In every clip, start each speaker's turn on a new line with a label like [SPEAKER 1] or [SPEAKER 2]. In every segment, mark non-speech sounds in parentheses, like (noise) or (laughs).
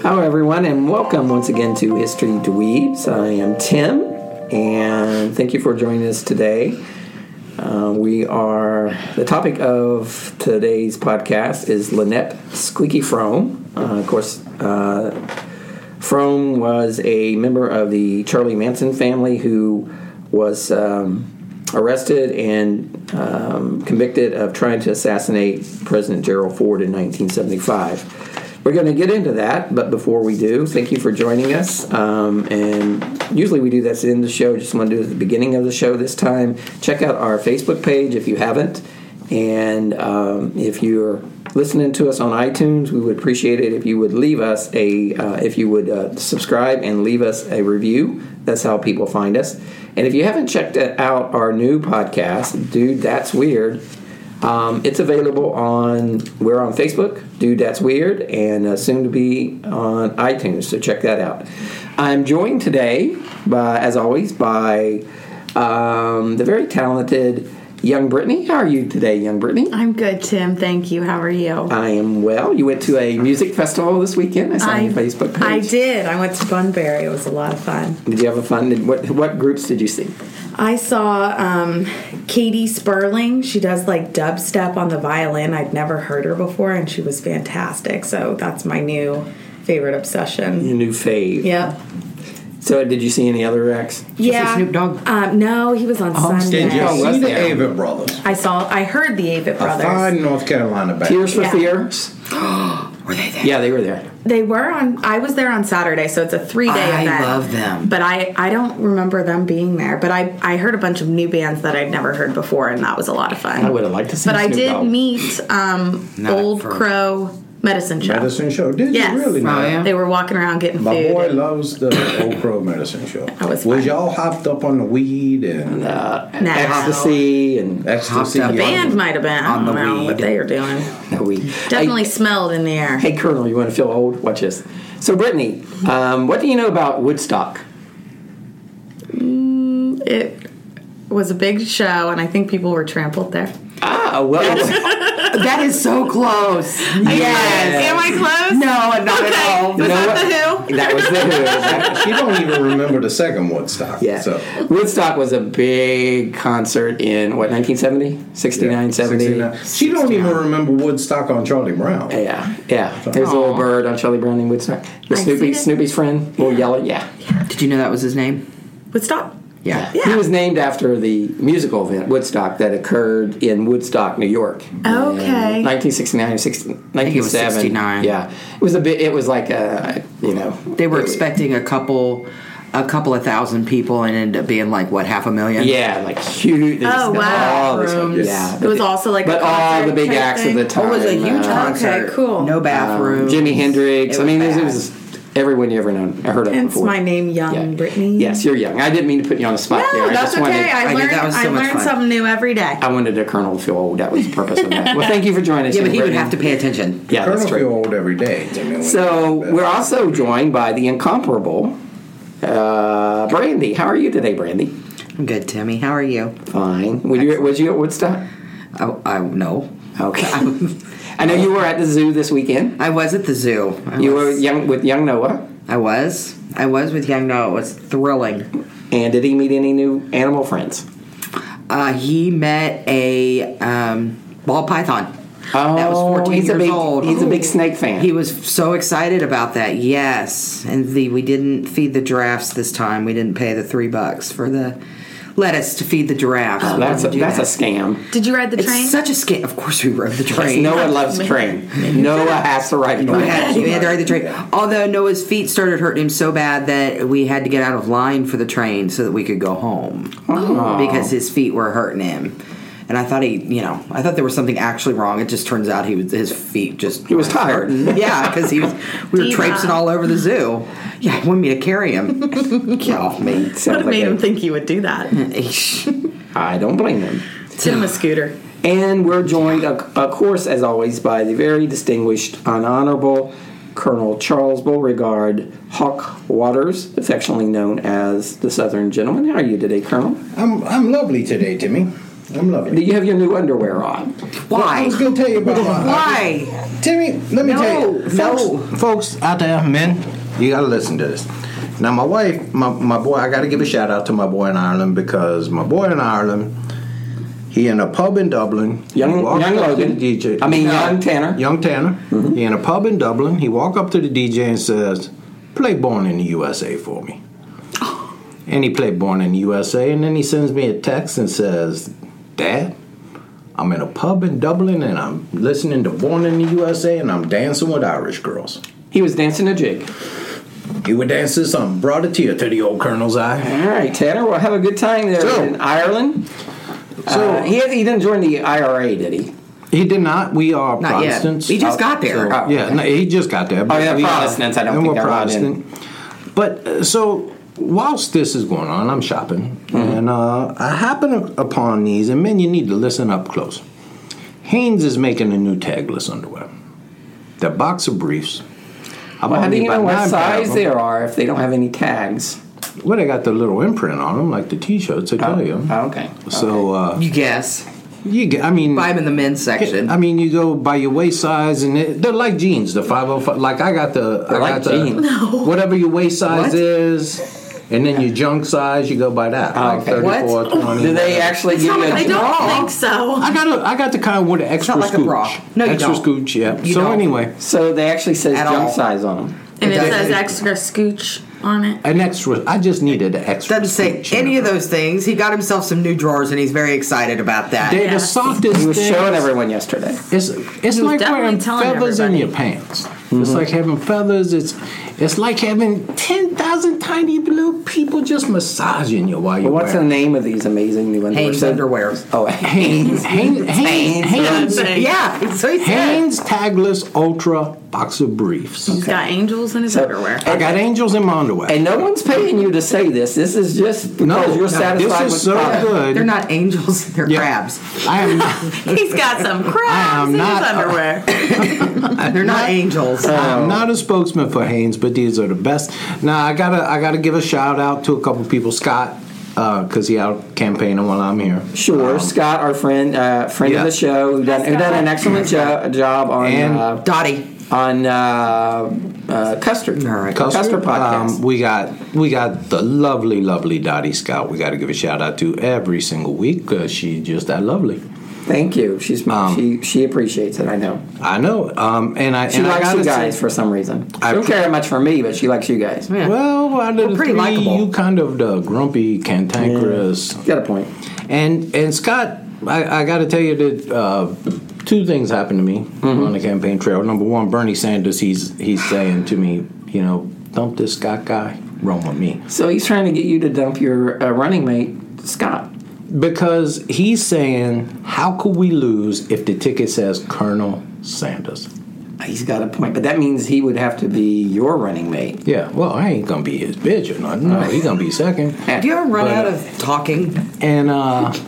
[SPEAKER 1] Hello, everyone, and welcome once again to History Dweebs. I am Tim, and thank you for joining us today. Uh, we are the topic of today's podcast is Lynette Squeaky Frome. Uh, of course, uh, Frome was a member of the Charlie Manson family who was um, arrested and um, convicted of trying to assassinate President Gerald Ford in 1975. We're going to get into that, but before we do, thank you for joining us. Um, and usually we do this in the show, just want to do it at the beginning of the show this time. Check out our Facebook page if you haven't. And um, if you're listening to us on iTunes, we would appreciate it if you would leave us a, uh, if you would uh, subscribe and leave us a review. That's how people find us. And if you haven't checked out our new podcast, Dude, That's Weird, um, it's available on we're on Facebook, Dude That's Weird, and uh, soon to be on iTunes. So check that out. I'm joined today, by, as always, by um, the very talented Young Brittany. How are you today, Young Brittany?
[SPEAKER 2] I'm good, Tim. Thank you. How are you?
[SPEAKER 1] I am well. You went to a music festival this weekend. I saw on your Facebook page.
[SPEAKER 2] I did. I went to Bunbury. It was a lot of fun.
[SPEAKER 1] Did you have a fun? Did, what what groups did you see?
[SPEAKER 2] I saw um, Katie Sperling. She does like dubstep on the violin. I'd never heard her before, and she was fantastic. So that's my new favorite obsession.
[SPEAKER 1] Your new fave.
[SPEAKER 2] Yep.
[SPEAKER 1] So did you see any other acts?
[SPEAKER 2] Yeah.
[SPEAKER 3] Snoop Dogg?
[SPEAKER 2] Um, no, he was on Sunday.
[SPEAKER 4] Did you
[SPEAKER 1] Oh, was
[SPEAKER 4] see the
[SPEAKER 1] there?
[SPEAKER 4] Avett Brothers?
[SPEAKER 2] I saw. I heard the Avett
[SPEAKER 4] A
[SPEAKER 2] Brothers.
[SPEAKER 4] fine North Carolina band.
[SPEAKER 1] Tears for
[SPEAKER 2] Yeah.
[SPEAKER 1] Fears.
[SPEAKER 3] Were they there?
[SPEAKER 1] Yeah, they were there.
[SPEAKER 2] They were on. I was there on Saturday, so it's a three day
[SPEAKER 3] I
[SPEAKER 2] event.
[SPEAKER 3] love them.
[SPEAKER 2] But I I don't remember them being there. But I I heard a bunch of new bands that I'd never heard before, and that was a lot of fun.
[SPEAKER 1] I would have liked to see.
[SPEAKER 2] But I
[SPEAKER 1] Snoop
[SPEAKER 2] did
[SPEAKER 1] Dogg.
[SPEAKER 2] meet um,
[SPEAKER 3] Not
[SPEAKER 2] Old
[SPEAKER 3] for-
[SPEAKER 2] Crow Medicine Show.
[SPEAKER 4] Medicine show. Did
[SPEAKER 2] Yes.
[SPEAKER 4] you really?
[SPEAKER 2] Oh,
[SPEAKER 4] know?
[SPEAKER 3] yeah.
[SPEAKER 2] They were walking around getting
[SPEAKER 4] My
[SPEAKER 2] food.
[SPEAKER 4] boy loves the Old Crow Medicine Show.
[SPEAKER 2] That was fun.
[SPEAKER 4] y'all hopped up on the weed and
[SPEAKER 2] No.
[SPEAKER 1] ecstasy and uh,
[SPEAKER 4] ecstasy?
[SPEAKER 3] up.
[SPEAKER 4] and-
[SPEAKER 2] band might have been. I
[SPEAKER 3] On
[SPEAKER 2] don't
[SPEAKER 3] the
[SPEAKER 2] know what
[SPEAKER 3] weed.
[SPEAKER 2] they are doing.
[SPEAKER 1] no, we (laughs)
[SPEAKER 2] Definitely
[SPEAKER 1] Hey,
[SPEAKER 2] smelled in the air.
[SPEAKER 1] hey, Colonel, you want to feel old? Watch this. So, Brittany, um, what do you know about Woodstock?
[SPEAKER 2] It was a big show, and I think people were trampled there.
[SPEAKER 1] Ah, well,
[SPEAKER 3] That is so close.
[SPEAKER 2] Am I close?
[SPEAKER 3] No, not at all.
[SPEAKER 1] You
[SPEAKER 2] Was
[SPEAKER 1] know
[SPEAKER 2] that the
[SPEAKER 1] (laughs)
[SPEAKER 2] Who?
[SPEAKER 1] that was the Who.
[SPEAKER 4] (laughs) she don't even remember the second Woodstock.
[SPEAKER 1] Yeah.
[SPEAKER 4] So.
[SPEAKER 1] Woodstock was a big concert in what 1970, 69, 70.
[SPEAKER 4] 69. She don't even remember Woodstock on Charlie Brown.
[SPEAKER 1] Yeah, yeah. There's a little bird on Charlie Brown in Woodstock. The Snoopy,
[SPEAKER 2] see it.
[SPEAKER 1] Snoopy's friend, little yellow. Yeah,
[SPEAKER 3] Did you know that was his name?
[SPEAKER 2] Woodstock.
[SPEAKER 3] Yeah.
[SPEAKER 1] He was named after the musical event Woodstock that occurred in Woodstock, New York.
[SPEAKER 2] Okay.
[SPEAKER 1] 1969 or 60,
[SPEAKER 3] think it was
[SPEAKER 1] 1970.
[SPEAKER 3] 69.
[SPEAKER 1] Yeah, it was a bit. It was like a you know
[SPEAKER 3] They were expecting a couple, a couple of thousand people, and ended up being like what half a million.
[SPEAKER 1] yeah like huge. there's
[SPEAKER 2] Oh, wow.
[SPEAKER 1] all this-
[SPEAKER 2] Rooms.
[SPEAKER 1] yeah,
[SPEAKER 2] It was also like a
[SPEAKER 1] but all
[SPEAKER 2] concert
[SPEAKER 1] the big
[SPEAKER 2] type
[SPEAKER 1] acts
[SPEAKER 2] thing?
[SPEAKER 1] of the
[SPEAKER 2] It
[SPEAKER 1] time.
[SPEAKER 3] It was a huge
[SPEAKER 1] uh,
[SPEAKER 3] concert.
[SPEAKER 2] Okay, cool.
[SPEAKER 3] No
[SPEAKER 1] um,
[SPEAKER 3] bathroom.
[SPEAKER 1] Jimmy Hendrix.
[SPEAKER 3] It
[SPEAKER 1] I mean,
[SPEAKER 3] was
[SPEAKER 1] it
[SPEAKER 3] bad.
[SPEAKER 1] was everyone you ever known heard of
[SPEAKER 2] Hence
[SPEAKER 1] before.
[SPEAKER 2] my name, Young
[SPEAKER 1] Yeah.
[SPEAKER 2] Brittany.
[SPEAKER 1] Yes, you're young. I didn't mean to put you on the spot there.
[SPEAKER 2] No,
[SPEAKER 1] I
[SPEAKER 2] that's
[SPEAKER 1] just
[SPEAKER 2] okay.
[SPEAKER 1] wanted,
[SPEAKER 2] I
[SPEAKER 3] I
[SPEAKER 2] learned,
[SPEAKER 3] did- that was so
[SPEAKER 2] I
[SPEAKER 3] much
[SPEAKER 2] learned
[SPEAKER 3] fun.
[SPEAKER 2] something new every day.
[SPEAKER 1] I wanted a colonel to feel old. That was the purpose of
[SPEAKER 2] (laughs)
[SPEAKER 1] that. Well, thank you for joining us.
[SPEAKER 3] Yeah, but he would
[SPEAKER 1] Brittany.
[SPEAKER 3] have to pay attention.
[SPEAKER 1] Yeah,
[SPEAKER 4] Colonel
[SPEAKER 1] that's true.
[SPEAKER 4] feel old every day. you know.
[SPEAKER 1] So we're also joined by the incomparable uh, Brandy. How are you today, Brandy?
[SPEAKER 3] I'm good, Timmy. How are you?
[SPEAKER 1] Fine. Were you, was you at Woodstock?
[SPEAKER 3] I, I no.
[SPEAKER 1] Okay. I know you were at the zoo this weekend.
[SPEAKER 3] I was at the zoo. I
[SPEAKER 1] You were
[SPEAKER 3] was,
[SPEAKER 1] young with young Noah.
[SPEAKER 3] I was. I was with young Noah. It was thrilling.
[SPEAKER 1] And did he meet any new animal friends?
[SPEAKER 3] Uh, he met a um, ball python.
[SPEAKER 1] Oh,
[SPEAKER 3] that was 14
[SPEAKER 1] he's
[SPEAKER 3] years
[SPEAKER 1] a big,
[SPEAKER 3] old.
[SPEAKER 1] He's a big snake fan.
[SPEAKER 3] He was so excited about that. Yes, and the we didn't feed the giraffes this time. We didn't pay the three bucks for the lettuce to feed the giraffes. We
[SPEAKER 1] Oh, that's a,
[SPEAKER 3] didn't do
[SPEAKER 1] that's a
[SPEAKER 3] that.
[SPEAKER 1] scam.
[SPEAKER 5] Did you ride the
[SPEAKER 3] It's
[SPEAKER 5] train?
[SPEAKER 3] such a scam. Of course, we rode the
[SPEAKER 1] Yes,
[SPEAKER 3] train.
[SPEAKER 1] Noah loves train.
[SPEAKER 3] (laughs)
[SPEAKER 1] Noah has to ride a
[SPEAKER 3] We had,
[SPEAKER 1] train.
[SPEAKER 3] we had to ride the train. Although Noah's feet started hurting him so bad that we had to get out of line for the train so that we could go home because his feet were hurting him. And I thought he, you know, I thought there was something actually wrong. It just turns out he was his feet just
[SPEAKER 1] He was tired.
[SPEAKER 3] (laughs) yeah, because he was we were traipsing all over the zoo. Yeah, he wanted me to carry him. Get off me!
[SPEAKER 1] Sounds
[SPEAKER 5] Would have
[SPEAKER 1] like
[SPEAKER 5] made
[SPEAKER 1] a-
[SPEAKER 5] him think you would do that.
[SPEAKER 1] I don't blame him.
[SPEAKER 5] Send him a scooter.
[SPEAKER 1] And we're joined, of of course, as always, by the very distinguished and honorable Colonel Charles Beauregard Hawk Waters, affectionately known as the Southern Gentleman. How are you today, Colonel?
[SPEAKER 4] I'm I'm lovely today, Timmy. I'm lovely.
[SPEAKER 1] Do you have your new underwear on?
[SPEAKER 4] I
[SPEAKER 3] Why?
[SPEAKER 4] was gonna tell you about my-
[SPEAKER 3] Why?
[SPEAKER 4] Timmy, let me
[SPEAKER 3] No,
[SPEAKER 4] tell you.
[SPEAKER 3] no.
[SPEAKER 4] Folks, folks out there, men, you gotta listen to this. Now, my wife, my, my boy, I gotta give a shout out to my boy in Ireland because my boy in Ireland, he in a pub in Dublin. he
[SPEAKER 1] Young-
[SPEAKER 4] walked
[SPEAKER 1] young
[SPEAKER 4] up to
[SPEAKER 1] Logan.
[SPEAKER 4] the DJ.
[SPEAKER 1] I mean, young Tanner. Mm-hmm.
[SPEAKER 4] Young Tanner. He in a pub in Dublin. He walked up to the DJ and says, play Born in the USA for
[SPEAKER 1] (gasps)
[SPEAKER 4] me. And he played Born in the USA, and then he sends me a text and says, Dad, I'm in a pub in Dublin and I'm listening to Born in the USA and I'm dancing with Irish girls.
[SPEAKER 1] He was dancing a jig.
[SPEAKER 4] He would dance this song, brought a tear to the old colonel's eye.
[SPEAKER 1] All right, Tanner. Well, have a good time there
[SPEAKER 4] So-
[SPEAKER 1] in Ireland.
[SPEAKER 4] So
[SPEAKER 1] Uh, he, has, he didn't join the IRA, did he?
[SPEAKER 4] he did not. We are
[SPEAKER 3] Not yet.
[SPEAKER 4] Protestants.
[SPEAKER 3] He just got there.
[SPEAKER 4] Uh, So,
[SPEAKER 1] Oh,
[SPEAKER 4] yeah,
[SPEAKER 1] okay. Oh,
[SPEAKER 4] no, he just got there. but
[SPEAKER 1] yeah,
[SPEAKER 4] we are-
[SPEAKER 1] Protestants, I don't
[SPEAKER 4] and
[SPEAKER 1] think
[SPEAKER 4] we're
[SPEAKER 1] they're allowed in.
[SPEAKER 4] Protestant. But uh, so whilst this is going on, I'm shopping
[SPEAKER 1] Mm-hmm.
[SPEAKER 4] and uh, I happen upon these, and men, you need to listen up close. Hanes is making a new tagless underwear. They're boxer briefs. I
[SPEAKER 1] Well,
[SPEAKER 4] bought
[SPEAKER 1] how do
[SPEAKER 4] me
[SPEAKER 1] you
[SPEAKER 4] about
[SPEAKER 1] know what
[SPEAKER 4] nine pair of
[SPEAKER 1] size
[SPEAKER 4] them.
[SPEAKER 1] there are if they don't have any tags?
[SPEAKER 4] Well, they got the little imprint on them, like the T-shirts. I tell you.
[SPEAKER 1] Oh, okay.
[SPEAKER 4] So uh,
[SPEAKER 3] You guess.
[SPEAKER 4] you get. I mean,
[SPEAKER 3] Buy him in the men's section.
[SPEAKER 4] I mean, you go by your waist size, and it, they're like jeans. The five hundred five. Like I got the. I
[SPEAKER 1] They're like
[SPEAKER 4] got the,
[SPEAKER 1] jeans.
[SPEAKER 4] Whatever your waist size
[SPEAKER 3] What? Oh,
[SPEAKER 4] is, and then your junk size, you go by that. like
[SPEAKER 1] okay.
[SPEAKER 4] 34, 20.
[SPEAKER 1] Do they actually give you a
[SPEAKER 5] I don't
[SPEAKER 1] draw?
[SPEAKER 5] think so.
[SPEAKER 4] I got a, I got the kind with an extra
[SPEAKER 3] like a
[SPEAKER 4] scooch.
[SPEAKER 3] bra. No, you
[SPEAKER 4] extra
[SPEAKER 3] don't.
[SPEAKER 4] scooch. Yeah.
[SPEAKER 3] You
[SPEAKER 4] so
[SPEAKER 3] don't.
[SPEAKER 4] anyway,
[SPEAKER 1] So they actually says
[SPEAKER 3] At
[SPEAKER 1] junk
[SPEAKER 3] all.
[SPEAKER 1] size on them.
[SPEAKER 5] And it says extra scooch on it.
[SPEAKER 4] an extra. I just needed an extra.
[SPEAKER 3] Doesn't say
[SPEAKER 4] scooch, you
[SPEAKER 3] any
[SPEAKER 4] know.
[SPEAKER 3] of those things. He got himself some new drawers and he's very excited about that.
[SPEAKER 4] They're the softest.
[SPEAKER 1] He was
[SPEAKER 4] things.
[SPEAKER 1] showing everyone yesterday.
[SPEAKER 4] It's it's like
[SPEAKER 5] definitely
[SPEAKER 4] wearing
[SPEAKER 5] telling
[SPEAKER 4] feathers
[SPEAKER 5] everybody.
[SPEAKER 4] in your pants. It's
[SPEAKER 1] Mm-hmm.
[SPEAKER 4] like having feathers. It's it's like having ten thousand tiny little people just massaging you while you're
[SPEAKER 1] But what's the
[SPEAKER 4] wearing.
[SPEAKER 1] name of these amazing new underwear?
[SPEAKER 3] Hanes
[SPEAKER 1] So-
[SPEAKER 3] underwear.
[SPEAKER 1] Oh, (laughs)
[SPEAKER 4] (laughs)
[SPEAKER 5] (laughs)
[SPEAKER 1] Hanes.
[SPEAKER 4] Hanes, Hanes, Hanes,
[SPEAKER 3] Yeah, so he said.
[SPEAKER 4] Hanes tagless ultra boxer briefs.
[SPEAKER 5] He's got angels in his underwear.
[SPEAKER 4] I got angels in my underwear.
[SPEAKER 1] And no one's paying you to say this. This is just because
[SPEAKER 4] no,
[SPEAKER 1] you're satisfied
[SPEAKER 4] this
[SPEAKER 1] with
[SPEAKER 4] is so
[SPEAKER 1] product.
[SPEAKER 4] good.
[SPEAKER 3] They're not angels, (laughs) they're
[SPEAKER 4] Yeah. (laughs)
[SPEAKER 3] crabs.
[SPEAKER 4] I
[SPEAKER 1] (laughs)
[SPEAKER 4] am not,
[SPEAKER 5] (laughs) He's got some crabs in
[SPEAKER 4] not-
[SPEAKER 5] his underwear.
[SPEAKER 4] Uh,
[SPEAKER 3] They're not angels. Um,
[SPEAKER 4] I'm not a spokesman for Hanes, but these are the best. Now I gotta I gotta give a shout out to a couple people. Scott, because he out campaigning while I'm here. Um,
[SPEAKER 1] Sure, Scott, our friend, uh, friend
[SPEAKER 4] yeah.
[SPEAKER 1] of the show, who done, who done an excellent jo- job on
[SPEAKER 4] And-
[SPEAKER 1] uh,
[SPEAKER 3] Dottie.
[SPEAKER 1] on uh, uh, Custard, Custard, podcast.
[SPEAKER 4] Um, we got we got the lovely, lovely Dottie Scott. We got to give a shout out to every single week because she's just that lovely.
[SPEAKER 1] Thank you. She's she she appreciates it. I know.
[SPEAKER 4] I know, um, and I
[SPEAKER 1] She
[SPEAKER 4] and I
[SPEAKER 1] likes
[SPEAKER 4] gotta
[SPEAKER 1] you guys
[SPEAKER 4] say-
[SPEAKER 1] for some reason.
[SPEAKER 4] I
[SPEAKER 1] I don't
[SPEAKER 4] pre-
[SPEAKER 1] care much for me, but she likes you guys. You
[SPEAKER 4] well, out of the
[SPEAKER 3] pretty
[SPEAKER 4] three,
[SPEAKER 3] likable.
[SPEAKER 4] you kind of the grumpy, cantankerous,
[SPEAKER 1] Got a point.
[SPEAKER 4] and and Scott. I, I got to tell you that uh, two things happened to me
[SPEAKER 1] Mm-hmm.
[SPEAKER 4] on the campaign trail. Number one, Bernie Sanders. He's he's saying to me, you know, dump this Scott guy, roam with me.
[SPEAKER 1] So he's trying to get you to dump your uh, running mate Scott.
[SPEAKER 4] Because he's saying, how could we lose if the ticket says Colonel Sanders?
[SPEAKER 1] He's got a point, but that means he would have to be your running mate.
[SPEAKER 4] Yeah, well, I ain't gonna be his bitch or nothing. No, he's gonna be second.
[SPEAKER 3] Do you ever run
[SPEAKER 4] But-
[SPEAKER 3] out of talking?
[SPEAKER 4] And uh,
[SPEAKER 1] (laughs)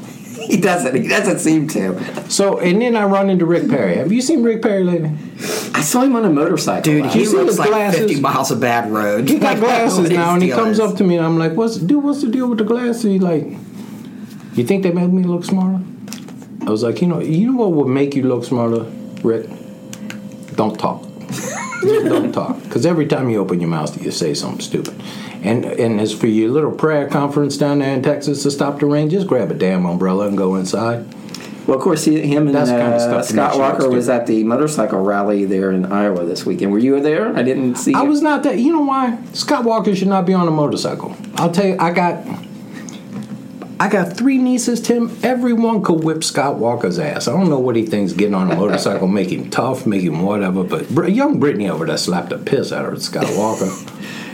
[SPEAKER 1] He doesn't. He doesn't seem to.
[SPEAKER 4] so, and then I run into Rick Perry. Have you seen Rick Perry lately?
[SPEAKER 1] I saw him on a motorcycle.
[SPEAKER 3] Dude,
[SPEAKER 1] last
[SPEAKER 3] he
[SPEAKER 1] night.
[SPEAKER 4] see
[SPEAKER 3] looks
[SPEAKER 4] the
[SPEAKER 3] like
[SPEAKER 4] glasses?
[SPEAKER 3] 50 miles of bad road.
[SPEAKER 4] He got glasses now, and he comes up
[SPEAKER 3] to
[SPEAKER 4] to me, and I'm like, "What's dude? What's the deal with the glasses?" He like, "You think they make me look smarter?" I was like, "You know, you know what would make you look smarter, Rick? Don't talk." don't talk because every time you open your mouth you say something stupid And and as for your little prayer conference down there in Texas to stop the rain, just grab a damn umbrella and go inside.
[SPEAKER 1] Well, of course, he, him and
[SPEAKER 4] That's the kind of
[SPEAKER 1] uh,
[SPEAKER 4] stuff that
[SPEAKER 1] Scott
[SPEAKER 4] makes you
[SPEAKER 1] Walker
[SPEAKER 4] look
[SPEAKER 1] was at the motorcycle rally there in Iowa this weekend. Were you there? I didn't see.
[SPEAKER 4] I
[SPEAKER 1] you.
[SPEAKER 4] was not that. You know why? Scott Walker should not be on a motorcycle. I'll tell you, I got. I got three nieces, Tim. Everyone could whip Scott Walker's ass. I don't know what he thinks getting on a motorcycle make him tough, make him whatever. But Br- young Brittany over there slapped the piss out of Scott Walker.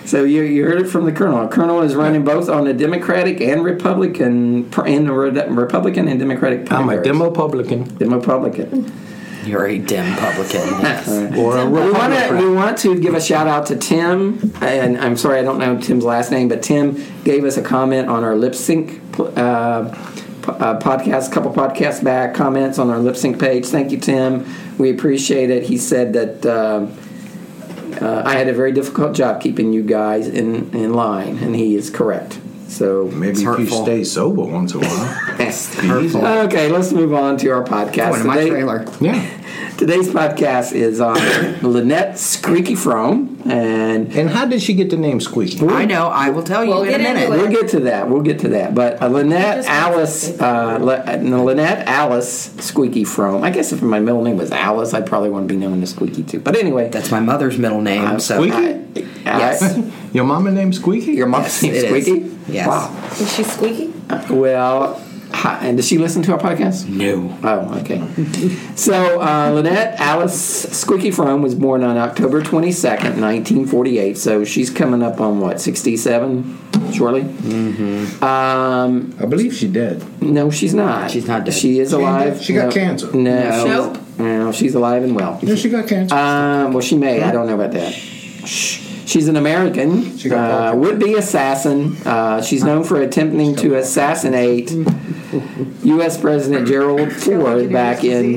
[SPEAKER 1] So you, you heard it from the colonel. Colonel is running both on the Democratic and Republican pr- and the Re- Republican and Democratic.
[SPEAKER 4] I'm a
[SPEAKER 1] primaries.
[SPEAKER 4] demo publican
[SPEAKER 1] Republican.
[SPEAKER 3] You're a dim publican. Yes.
[SPEAKER 4] or a
[SPEAKER 1] We want to
[SPEAKER 4] Republican.
[SPEAKER 1] we want to give a shout out to Tim, and I'm sorry I don't know Tim's last name, but Tim gave us a comment on our lip sync uh, po- uh, podcast, couple podcasts back, comments on our lip sync page. Thank you, Tim. We appreciate it. He said that. Uh, uh, I had a very difficult job keeping you guys in, in line, and he is correct. So
[SPEAKER 4] Maybe if you
[SPEAKER 3] hurtful.
[SPEAKER 4] stay sober once in a (laughs) while.
[SPEAKER 3] That's
[SPEAKER 1] (laughs)
[SPEAKER 3] hurtful.
[SPEAKER 1] Okay, let's move on to our podcast.
[SPEAKER 3] Going to my
[SPEAKER 1] Today-
[SPEAKER 3] trailer.
[SPEAKER 4] yeah.
[SPEAKER 1] Today's podcast is on Lynette Screaky Frome, and
[SPEAKER 4] And how did she get the name Squeaky?
[SPEAKER 3] I know. I will tell you
[SPEAKER 2] We'll
[SPEAKER 3] in a
[SPEAKER 2] get into
[SPEAKER 3] minute.
[SPEAKER 2] it.
[SPEAKER 1] we'll get to that. We'll get to that. But uh, Lynette
[SPEAKER 2] Just-
[SPEAKER 1] Alice, uh, Le- no, Lynette Alice Squeaky Frome. I guess if my middle name was Alice, I probably wouldn't be known as Squeaky too. But anyway,
[SPEAKER 3] That's my mother's middle name.
[SPEAKER 4] Uh,
[SPEAKER 3] so
[SPEAKER 4] Squeaky?
[SPEAKER 1] yes.
[SPEAKER 4] (laughs) Your mama named Squeaky?
[SPEAKER 1] Your mom's
[SPEAKER 3] Yes,
[SPEAKER 1] name
[SPEAKER 3] it is.
[SPEAKER 1] Squeaky.
[SPEAKER 3] Yes.
[SPEAKER 1] Wow.
[SPEAKER 2] Is she squeaky?
[SPEAKER 1] Well, hi, and does she listen to our podcast?
[SPEAKER 3] No.
[SPEAKER 1] Oh, okay. (laughs) so uh, Lynette Alice Squeaky Frome was born on October 22nd, 1948. So she's coming up on what, 67 shortly?
[SPEAKER 4] I believe she did.
[SPEAKER 1] No, she's not.
[SPEAKER 3] She's not dead.
[SPEAKER 1] She is
[SPEAKER 4] ain't
[SPEAKER 1] alive.
[SPEAKER 4] dead. She got
[SPEAKER 1] No-
[SPEAKER 4] cancer.
[SPEAKER 1] No.
[SPEAKER 2] Nope.
[SPEAKER 1] No, she's alive and well.
[SPEAKER 4] Yeah, she got cancer.
[SPEAKER 1] Um, well, she may. I don't know about that. Shh. She's an American,
[SPEAKER 4] She got
[SPEAKER 1] uh,
[SPEAKER 4] Parkinson's.
[SPEAKER 1] would-be assassin. Uh, she's known for attempting to assassinate U.S. President Gerald Ford back in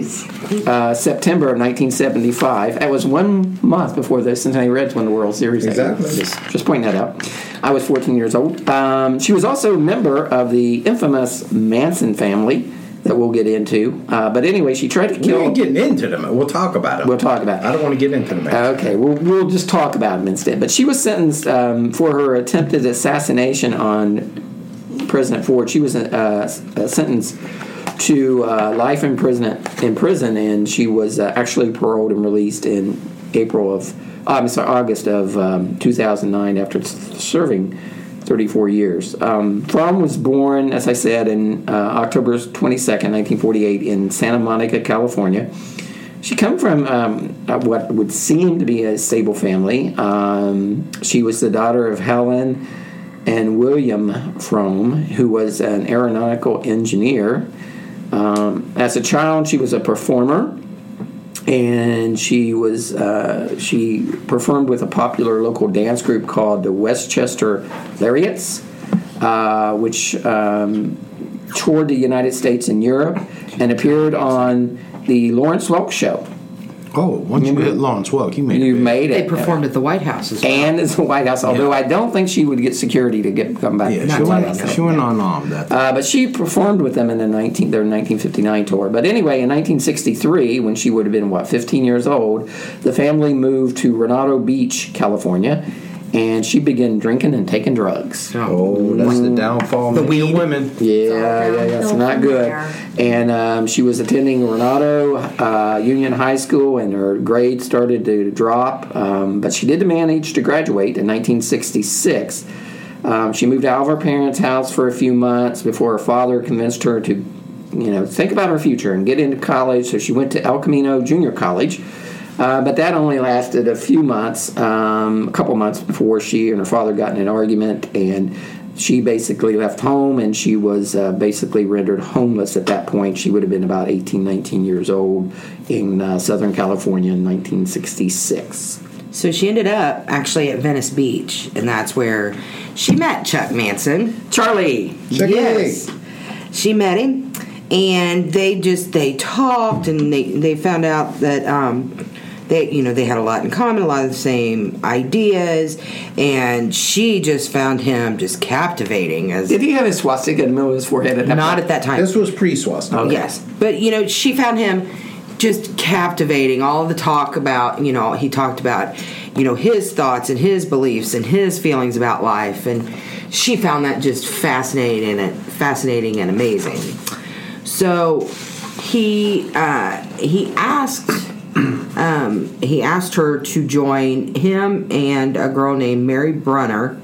[SPEAKER 1] uh, September of 1975. That was one month before the Cincinnati Reds won the World Series. that year.
[SPEAKER 4] Exactly.
[SPEAKER 1] Just, just pointing that out. I was 14 years old. Um, she was also a member of the infamous Manson family that we'll get into. Uh, but anyway, she tried to
[SPEAKER 4] we
[SPEAKER 1] kill.
[SPEAKER 4] ain't getting into them. We'll talk about Uh, them.
[SPEAKER 1] We'll talk about it.
[SPEAKER 4] I don't want to get into them.
[SPEAKER 1] Uh, Okay, we'll, we'll just talk about him instead. But she was sentenced um, for her attempted assassination on President Ford. She was uh, sentenced to uh, life in prison, in prison, and she was uh, actually paroled and released in April of, oh, I'm sorry, August of um, 2009 after s- serving 34 years. Um, Fromm was born, as I said, in uh, October 22nd, 1948, in Santa Monica, California. She come from um, uh, what would seem to be a stable family. Um, she was the daughter of Helen and William Frome, who was an aeronautical engineer. Um, as a child, she was a performer, and she was uh, she performed with a popular local dance group called the Westchester Lariats, uh, which um, toured the United States and Europe, and appeared on the Lawrence Welk Show.
[SPEAKER 4] Oh, once you hit Lawrence Welk, you made it.
[SPEAKER 1] You
[SPEAKER 4] big.
[SPEAKER 1] made
[SPEAKER 3] They
[SPEAKER 1] it.
[SPEAKER 3] performed at the White House as well.
[SPEAKER 1] and it's the White House, although I don't think she would get security to get come back.
[SPEAKER 4] Yeah,
[SPEAKER 1] to
[SPEAKER 4] she
[SPEAKER 1] the White House.
[SPEAKER 4] went, she went unarmed. That
[SPEAKER 1] Uh, but she performed with them in the 19, their 1959 tour. But anyway, in 1963, when she would have been, what, 15 years old, the family moved to Redondo Beach, California, and she began drinking and taking drugs.
[SPEAKER 4] oh, that's the downfall. The
[SPEAKER 3] weed.
[SPEAKER 4] women.
[SPEAKER 1] Yeah, yeah, yeah. It's
[SPEAKER 2] downhill
[SPEAKER 1] not
[SPEAKER 2] from
[SPEAKER 1] good.
[SPEAKER 2] there.
[SPEAKER 1] And um, she was attending Renato uh, Union High School, and her grades started to drop. Um, but she did manage to graduate in 1966. Um, she moved out of her parents' house for a few months before her father convinced her to, you know, think about her future and get into college. So she went to El Camino Junior College. Uh, but that only lasted a few months, um, a couple months before she and her father got in an argument, and she basically left home and she was uh, basically rendered homeless at that point. She would have been about 18, 19 years old in uh, Southern California in 1966.
[SPEAKER 3] So she ended up actually at Venice Beach, and that's where she met Chuck Manson.
[SPEAKER 1] Charlie!
[SPEAKER 3] Yes. She met him, and they just they talked, and they they found out that um, they you know they had a lot in common, a lot of the same ideas, and she just found him just captivating as
[SPEAKER 1] Did he have his swastika in the middle of his forehead at that
[SPEAKER 3] not
[SPEAKER 1] point?
[SPEAKER 3] at that time.
[SPEAKER 4] This was pre swastika.
[SPEAKER 3] Yes, but you know she found him just captivating. All the talk about, you know, he talked about, you know, his thoughts and his beliefs and his feelings about life, and she found that just fascinating and fascinating and amazing. So he uh, he asked. (clears throat) Um, he asked her to join him and a girl named Mary Brunner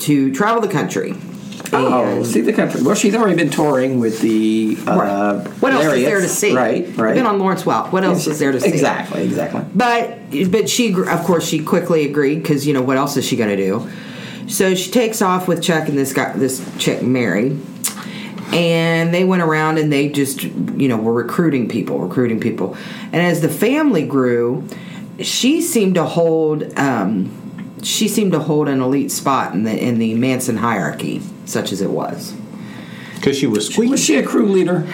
[SPEAKER 3] to travel the country.
[SPEAKER 1] Oh,
[SPEAKER 3] And-
[SPEAKER 1] see the country. Well, she's already been touring with the. Uh,
[SPEAKER 3] Right. What else is there to
[SPEAKER 1] Lariats.
[SPEAKER 3] see?
[SPEAKER 1] Right, right.
[SPEAKER 3] I've been on Lawrence Welk. What else is there to see?
[SPEAKER 1] Exactly, exactly.
[SPEAKER 3] But but she gr- of course she quickly agreed because you know what else is she going to do? So she takes off with Chuck and this guy this chick Mary, and they went around and they just you know were recruiting people, recruiting people, and as the family grew, she seemed to hold um, she seemed to hold an elite spot in the in the Manson hierarchy, such as it was. (laughs)
[SPEAKER 4] Because she was squeaky.
[SPEAKER 1] Was she a crew leader?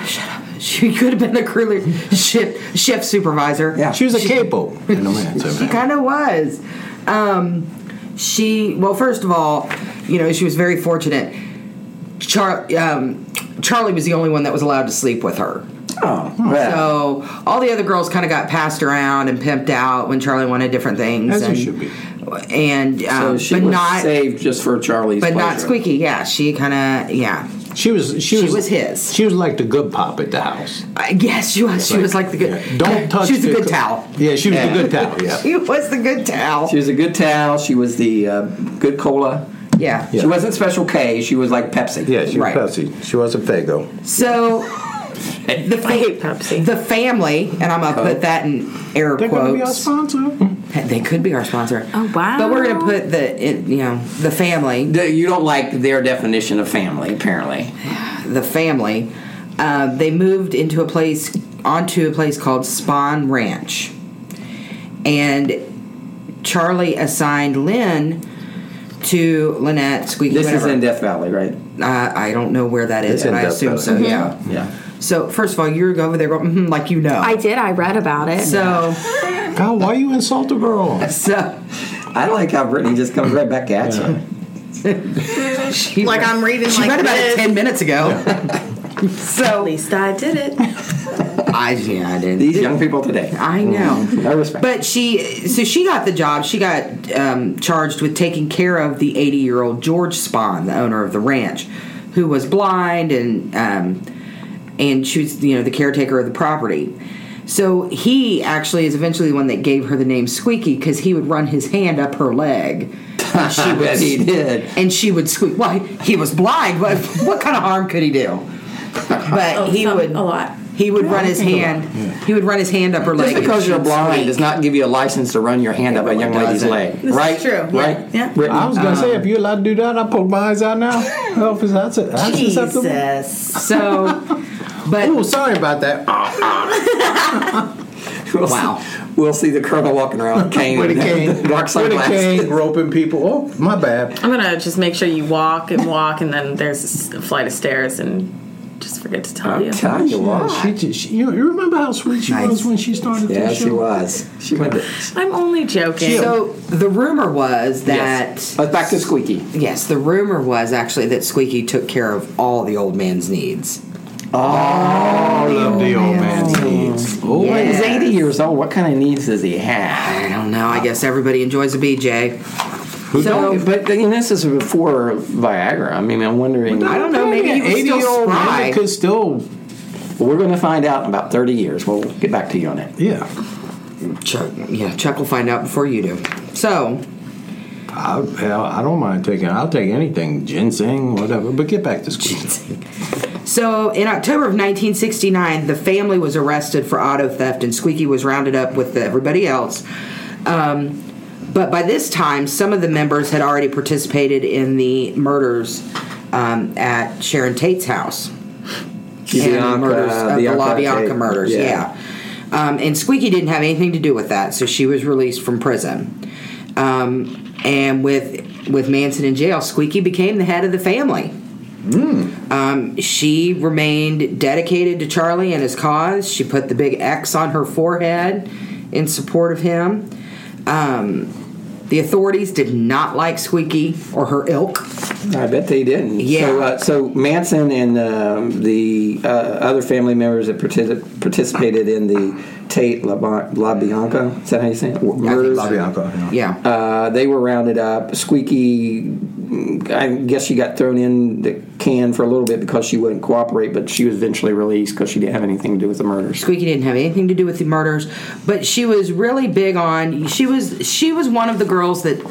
[SPEAKER 3] She could have been the crew leader, shift shift supervisor.
[SPEAKER 1] Yeah.
[SPEAKER 4] She was a (laughs) capo in a man.
[SPEAKER 3] She kind of was. Um, she well, first of all, you know, she was very fortunate. Char- um, Charlie was the only one that was allowed to sleep with her.
[SPEAKER 1] Oh, well.
[SPEAKER 3] So all the other girls kind of got passed around and pimped out when Charlie wanted different things.
[SPEAKER 4] As you
[SPEAKER 3] and,
[SPEAKER 4] should be.
[SPEAKER 3] And
[SPEAKER 1] So
[SPEAKER 3] um,
[SPEAKER 1] she
[SPEAKER 3] but
[SPEAKER 1] was
[SPEAKER 3] not
[SPEAKER 1] saved just for Charlie's
[SPEAKER 3] but not
[SPEAKER 1] pleasure.
[SPEAKER 3] squeaky. Yeah, she kind of yeah.
[SPEAKER 4] She was. She,
[SPEAKER 3] She
[SPEAKER 4] was,
[SPEAKER 3] was his.
[SPEAKER 4] She was like the good pop at the house.
[SPEAKER 3] I guess she was. She was like the good. (laughs)
[SPEAKER 4] Yeah. Don't touch.
[SPEAKER 3] She was the good
[SPEAKER 4] co- (laughs)
[SPEAKER 3] towel.
[SPEAKER 4] Yeah, she was
[SPEAKER 1] Yeah.
[SPEAKER 4] the good towel. Yeah.
[SPEAKER 3] (laughs) She was the good towel.
[SPEAKER 1] She was a good towel. She was the uh, good cola.
[SPEAKER 3] yeah.
[SPEAKER 1] She wasn't Special K. She was like Pepsi.
[SPEAKER 4] Yeah, she
[SPEAKER 3] Right.
[SPEAKER 4] was Pepsi. She was a Fago.
[SPEAKER 3] So the fa-
[SPEAKER 5] Pepsi.
[SPEAKER 3] the family, and I'm gonna put that in air
[SPEAKER 4] They're going to be our
[SPEAKER 3] quotes.
[SPEAKER 4] sponsor.
[SPEAKER 3] They could be our sponsor.
[SPEAKER 5] Oh, wow.
[SPEAKER 3] But we're gonna put the it, you know the family,
[SPEAKER 1] The- You don't like their definition of family, apparently.
[SPEAKER 3] the family. Uh, they moved into a place onto a place called Spawn Ranch, and Charlie assigned Lynn to Lynette Squeaky.
[SPEAKER 1] This
[SPEAKER 3] whatever.
[SPEAKER 1] is in Death Valley, right?
[SPEAKER 3] Uh, I don't know where that is,
[SPEAKER 4] It's in Mm-hmm.
[SPEAKER 3] but I
[SPEAKER 4] Death
[SPEAKER 3] assume
[SPEAKER 4] Valley.
[SPEAKER 3] so. Yeah.
[SPEAKER 1] Yeah.
[SPEAKER 3] So first of all, you're over there going mm like you know.
[SPEAKER 5] I did. I read about it.
[SPEAKER 3] so
[SPEAKER 4] God, why you insult the girl?
[SPEAKER 3] so.
[SPEAKER 1] I like how Brittany just comes right back at you.
[SPEAKER 3] She
[SPEAKER 2] Like, I'm reading
[SPEAKER 3] She
[SPEAKER 2] like
[SPEAKER 3] read about
[SPEAKER 2] this.
[SPEAKER 3] it ten minutes ago.
[SPEAKER 5] At
[SPEAKER 3] so
[SPEAKER 5] least I did it.
[SPEAKER 3] (laughs) I yeah I did.
[SPEAKER 1] These young people today.
[SPEAKER 3] I know.
[SPEAKER 1] I respect.
[SPEAKER 3] But she so she got the job. She got um, charged with taking care of the eighty year old George Spawn, the owner of the ranch, who was blind and um, and she was you know the caretaker of the property. So he actually is eventually the one that gave her the name Squeaky because he would run his hand up her leg.
[SPEAKER 1] (laughs)
[SPEAKER 3] And she
[SPEAKER 1] I
[SPEAKER 3] would
[SPEAKER 1] bet he did.
[SPEAKER 3] and she would squeak. Why he was blind? What, what kind of harm could he do? But
[SPEAKER 5] Oh,
[SPEAKER 3] he
[SPEAKER 5] some-
[SPEAKER 3] would
[SPEAKER 5] a lot.
[SPEAKER 3] He would run his hand. He would run his hand up her leg.
[SPEAKER 1] Just because you're blind does not give you a license to run your hand up a young lady's
[SPEAKER 3] doesn't.
[SPEAKER 1] leg, right?
[SPEAKER 5] true. Yeah.
[SPEAKER 1] Right?
[SPEAKER 5] Yeah.
[SPEAKER 1] Brittany?
[SPEAKER 4] I was going to say, if you're allowed to do that, I poke my eyes out (laughs) now. Well, if that's it. That's acceptable.
[SPEAKER 5] Jesus.
[SPEAKER 1] (laughs)
[SPEAKER 3] So, but
[SPEAKER 4] Oh, sorry about (laughs) that. Ah,
[SPEAKER 1] We'll see-
[SPEAKER 4] (laughs)
[SPEAKER 3] Wow.
[SPEAKER 1] we'll see the colonel walking around with a cane,
[SPEAKER 4] with a
[SPEAKER 1] and
[SPEAKER 4] (laughs)
[SPEAKER 1] (laughs)
[SPEAKER 4] cane.
[SPEAKER 1] dark
[SPEAKER 4] With a cane,
[SPEAKER 1] sunglasses.
[SPEAKER 4] roping people. Oh, my bad.
[SPEAKER 2] I'm gonna just make sure you walk and walk, and then there's a flight of stairs, and just forget to tell
[SPEAKER 1] (laughs)
[SPEAKER 2] you.
[SPEAKER 1] I'm
[SPEAKER 4] Ah,
[SPEAKER 1] telling you what.
[SPEAKER 4] She, just- she, you, you remember how sweet she was when she started
[SPEAKER 1] Yeah,
[SPEAKER 4] this show?
[SPEAKER 1] she was. She went to.
[SPEAKER 2] I'm only joking.
[SPEAKER 3] so the rumor was that
[SPEAKER 1] Yes. Let's back to Squeaky.
[SPEAKER 3] yes, the rumor was actually that Squeaky took care of all the old man's needs.
[SPEAKER 4] I love the old man's needs.
[SPEAKER 1] Oh, he's
[SPEAKER 3] Yes.
[SPEAKER 1] 80 years old. What kind of needs does he have?
[SPEAKER 3] I don't know. I guess everybody enjoys a BJ.
[SPEAKER 1] So,
[SPEAKER 3] So
[SPEAKER 1] but you know, this is before Viagra. I mean, I'm wondering.
[SPEAKER 3] I don't know. Maybe he was still
[SPEAKER 4] Eighty-year-old
[SPEAKER 3] spry.
[SPEAKER 4] man could still,
[SPEAKER 1] We're going to find out in about 30 years. We'll get back to you on it.
[SPEAKER 4] yeah.
[SPEAKER 3] Chuck, yeah, Chuck will find out before you do. So
[SPEAKER 4] I, hell, I don't mind taking. I'll take anything, ginseng, whatever. But get back to school.
[SPEAKER 3] So, in October of 1969, the family was arrested for auto theft, and Squeaky was rounded up with everybody else. Um, but by this time, some of the members had already participated in the murders um, at Sharon Tate's house.
[SPEAKER 1] Bianca-
[SPEAKER 3] and the murders of the La
[SPEAKER 1] Bianca
[SPEAKER 3] Bianca
[SPEAKER 1] Tate.
[SPEAKER 3] murders,
[SPEAKER 1] Yeah.
[SPEAKER 3] yeah. Um, and Squeaky didn't have anything to do with that, so she was released from prison. Um, and with with Manson in jail, Squeaky became the head of the family. Um, she remained dedicated to Charlie and his cause. She put the big X on her forehead in support of him. Um, the authorities did not like Squeaky or her ilk.
[SPEAKER 1] I bet they didn't.
[SPEAKER 3] Yeah.
[SPEAKER 1] So, uh, so Manson and um, the uh, other family members that partic- participated in the Tate LaBianca, La Bianca, is that how you say it? Murders.
[SPEAKER 4] Bianca.
[SPEAKER 3] Yeah.
[SPEAKER 1] Uh, they were rounded up. Squeaky, I guess she got thrown in the can for a little bit because she wouldn't cooperate, but she was eventually released because she didn't have anything to do with the murders.
[SPEAKER 3] Squeaky didn't have anything to do with the murders, but she was really big on she was she was one of the girls that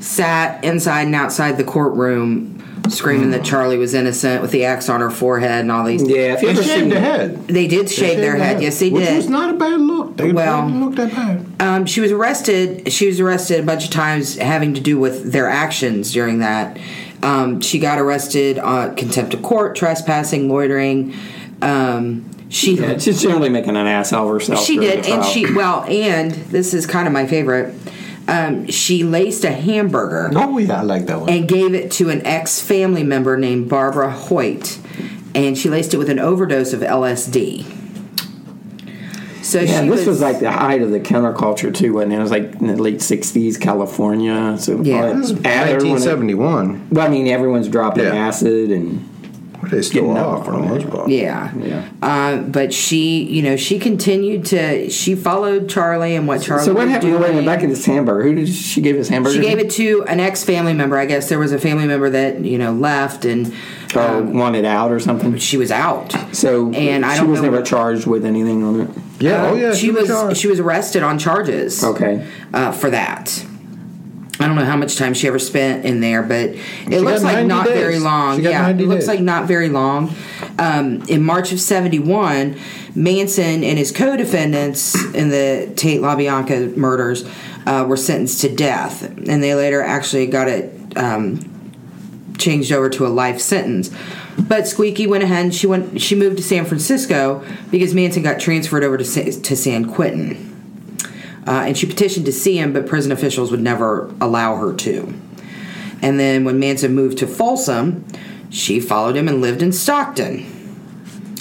[SPEAKER 3] sat inside and outside the courtroom screaming that Charlie was innocent with the axe on her forehead and all these
[SPEAKER 1] Yeah, if you
[SPEAKER 4] They
[SPEAKER 1] ever seen
[SPEAKER 4] shaved the head.
[SPEAKER 3] They did
[SPEAKER 4] They
[SPEAKER 3] shave their
[SPEAKER 4] shaved the
[SPEAKER 3] head. Yes, they
[SPEAKER 4] Which
[SPEAKER 3] did.
[SPEAKER 4] was not a bad look. They
[SPEAKER 3] Well-
[SPEAKER 4] didn't look that bad.
[SPEAKER 3] Um, she was arrested. She was arrested a bunch of times having to do with their actions during that. Um, she got arrested on contempt of court, trespassing, loitering. Um, she
[SPEAKER 1] Yeah, she's generally making an ass out of herself.
[SPEAKER 3] she
[SPEAKER 1] during
[SPEAKER 3] did,
[SPEAKER 1] the
[SPEAKER 3] and
[SPEAKER 1] trial.
[SPEAKER 3] she well, and this is kind of my favorite. Um, she laced a hamburger
[SPEAKER 4] Oh yeah, I like that one.
[SPEAKER 3] and gave it to an ex family member named Barbara Hoyt, and she laced it with an overdose of LSD. So
[SPEAKER 1] Yeah,
[SPEAKER 3] she
[SPEAKER 1] this was, like the height of the counterculture too, wasn't it? It was like in the late '60s, California. So
[SPEAKER 3] Yeah.
[SPEAKER 1] all that-
[SPEAKER 3] This is
[SPEAKER 1] everyone-
[SPEAKER 4] 1971.
[SPEAKER 1] Well, I mean, everyone's dropping
[SPEAKER 4] Yeah.
[SPEAKER 1] acid, and
[SPEAKER 4] Where they still
[SPEAKER 1] Getting
[SPEAKER 4] are
[SPEAKER 1] up
[SPEAKER 4] for the
[SPEAKER 1] on
[SPEAKER 4] most
[SPEAKER 1] it.
[SPEAKER 4] part.
[SPEAKER 3] Yeah.
[SPEAKER 1] Yeah.
[SPEAKER 3] Uh, but she, you know, she continued to, she followed Charlie and what Charlie
[SPEAKER 1] so what
[SPEAKER 3] was
[SPEAKER 1] happened? Wait a minute,
[SPEAKER 3] doing.
[SPEAKER 1] back to this hamburger. Who did she give this hamburger?
[SPEAKER 3] She
[SPEAKER 1] to?
[SPEAKER 3] gave it to an ex family member. I guess there was a family member that, you know, left and
[SPEAKER 1] Oh,
[SPEAKER 3] um,
[SPEAKER 1] wanted out or something.
[SPEAKER 3] she was out.
[SPEAKER 1] So
[SPEAKER 3] and I
[SPEAKER 1] she
[SPEAKER 3] don't
[SPEAKER 1] was
[SPEAKER 3] know
[SPEAKER 1] never
[SPEAKER 3] what-
[SPEAKER 1] charged with anything on it.
[SPEAKER 4] Yeah. oh yeah.
[SPEAKER 3] she was
[SPEAKER 4] was. charged.
[SPEAKER 3] she was arrested on charges.
[SPEAKER 1] Okay.
[SPEAKER 3] uh, for that. I don't know how much time she ever spent in there, but it looks
[SPEAKER 4] got
[SPEAKER 3] like
[SPEAKER 4] 90
[SPEAKER 3] not
[SPEAKER 4] days.
[SPEAKER 3] very long.
[SPEAKER 4] She got
[SPEAKER 3] yeah, it
[SPEAKER 4] 90
[SPEAKER 3] looks
[SPEAKER 4] days.
[SPEAKER 3] like not very long. Um, in March of '71, Manson and his co-defendants in the Tate LaBianca murders uh, were sentenced to death, and they later actually got it um, changed over to a life sentence. But Squeaky went ahead and she went. She moved to San Francisco because Manson got transferred over to Sa- to San Quentin uh, and she petitioned to see him, but prison officials would never allow her to. And then when Manson moved to Folsom, she followed him and lived in Stockton.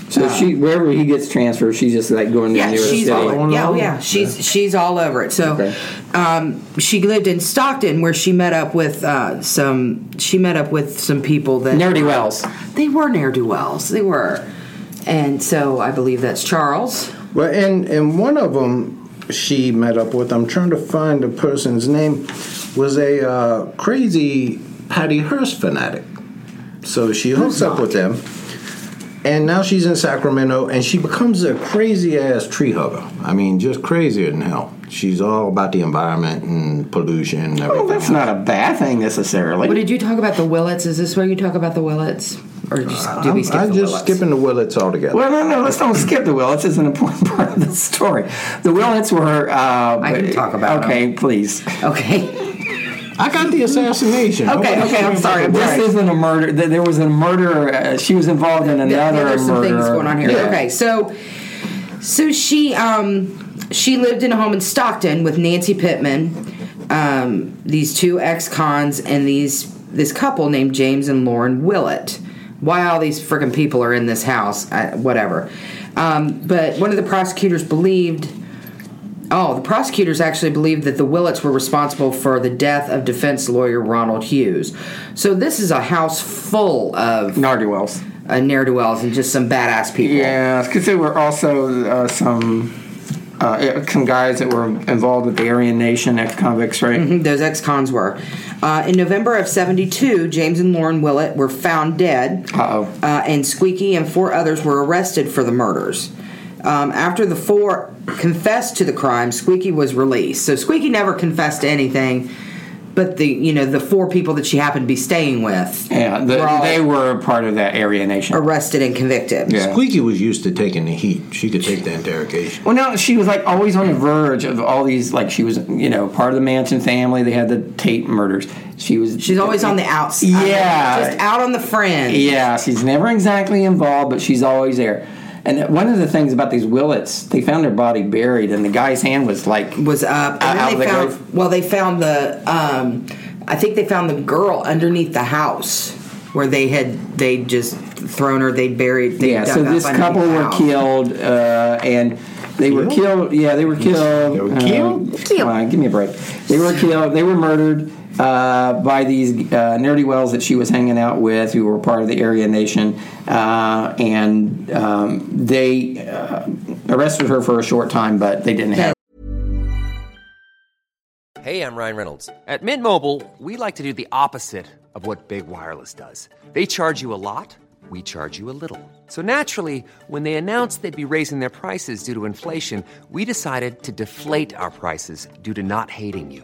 [SPEAKER 1] So she wherever he gets transferred, she's just like going to
[SPEAKER 3] Uh, Yeah,
[SPEAKER 1] the nearest
[SPEAKER 3] she's
[SPEAKER 1] city.
[SPEAKER 3] all,
[SPEAKER 4] Oh,
[SPEAKER 3] yeah,
[SPEAKER 4] no.
[SPEAKER 3] yeah, she's she's all over it. So,
[SPEAKER 1] Okay.
[SPEAKER 3] um, she lived in Stockton where she met up with uh, some. She met up with some people that
[SPEAKER 1] Nerdy Wells.
[SPEAKER 3] They were ne'er do wells. They were, and so I believe that's Charles.
[SPEAKER 4] Well, and and one of them she met up with. I'm trying to find the person's name. Was a uh, crazy Patty Hearst fanatic. So she hooks up with them, and now she's in Sacramento, and she becomes a crazy ass tree hugger. I mean, just crazier than hell. She's all about the environment and pollution and everything.
[SPEAKER 1] Well, Oh, that's
[SPEAKER 4] else.
[SPEAKER 1] not a bad thing necessarily.
[SPEAKER 3] What did you talk about the Willets? Is this where you talk about the Willets, or did, you, did we Uh, skip
[SPEAKER 4] I'm
[SPEAKER 3] the
[SPEAKER 4] just
[SPEAKER 3] Willets?
[SPEAKER 4] skipping the Willets altogether.
[SPEAKER 1] Well, no, no, let's don't skip the Willets. It's an important (laughs) part of the story. The Willets were. Uh,
[SPEAKER 3] I can talk about
[SPEAKER 1] Okay, please.
[SPEAKER 3] Okay.
[SPEAKER 4] I got the assassination.
[SPEAKER 3] Okay, okay, I'm sorry. I'm
[SPEAKER 1] This
[SPEAKER 3] sorry.
[SPEAKER 1] isn't a murder. th- There was a murder. Uh, she was involved in
[SPEAKER 3] Th-
[SPEAKER 1] another
[SPEAKER 3] there's some
[SPEAKER 1] murder.
[SPEAKER 3] things going on here.
[SPEAKER 1] Yeah.
[SPEAKER 3] Okay, so so she um she lived in a home in Stockton with Nancy Pittman, um, these two ex-cons, and these this couple named James and Lauren Willett. Why all these freaking people are in this house? I, whatever. Um, but one of the prosecutors believed. Oh, the prosecutors actually believed that the Willets were responsible for the death of defense lawyer Ronald Hughes. So this is a house full of
[SPEAKER 1] Nardi Wells.
[SPEAKER 3] uh, ne'er do wells and just some badass people.
[SPEAKER 1] Yeah, because there were also uh, some uh, some guys that were involved with the Aryan Nation ex convicts, right?
[SPEAKER 3] Those ex cons were. Uh, in November of 72, James and Lauren Willett were found dead.
[SPEAKER 1] Uh-oh.
[SPEAKER 3] Uh, and Squeaky and four others were arrested for the murders. Um, after the four confessed to the crime, Squeaky was released. So Squeaky never confessed to anything, but the you know the four people that she happened to be staying with
[SPEAKER 1] Yeah, the,
[SPEAKER 3] were all
[SPEAKER 1] they were a part of that Aryan Nation.
[SPEAKER 3] arrested and convicted.
[SPEAKER 1] Yeah.
[SPEAKER 4] Squeaky was used to taking the heat. She could take the interrogation.
[SPEAKER 1] Well, no, she was like always on the verge of all these. Like she was, you know, part of the Manson family. They had the Tate murders. She was.
[SPEAKER 3] She's always on the outside.
[SPEAKER 1] Yeah.
[SPEAKER 3] just out on the fringe.
[SPEAKER 1] Yeah, she's never exactly involved, but she's always there. And one of the things about these Willets, they found their body buried, and the guy's hand was like
[SPEAKER 3] was up. And
[SPEAKER 1] Out
[SPEAKER 3] then
[SPEAKER 1] of
[SPEAKER 3] they
[SPEAKER 1] the
[SPEAKER 3] found,
[SPEAKER 1] grave?
[SPEAKER 3] Well, they found the. Um, I think they found the girl underneath the house where they had they just thrown her. They buried. They
[SPEAKER 1] yeah.
[SPEAKER 3] dug
[SPEAKER 1] So
[SPEAKER 3] up
[SPEAKER 1] this
[SPEAKER 3] underneath
[SPEAKER 1] couple
[SPEAKER 3] the
[SPEAKER 1] were
[SPEAKER 3] house.
[SPEAKER 1] killed, uh, and they were
[SPEAKER 4] Killed?
[SPEAKER 1] killed. Yeah, they were killed.
[SPEAKER 4] They were
[SPEAKER 1] Uh,
[SPEAKER 4] killed?
[SPEAKER 1] Come on, give me a break. They were killed. They were murdered. uh, by these uh, nerdy wells that she was hanging out with, who were part of the Area Nation, uh, and um, they uh, arrested her for a short time, but they didn't have.
[SPEAKER 6] Hey, I'm Ryan Reynolds. At Mint Mobile, we like to do the opposite of what Big Wireless does. They charge you a lot, we charge you a little. So naturally, when they announced they'd be raising their prices due to inflation, we decided to deflate our prices due to not hating you.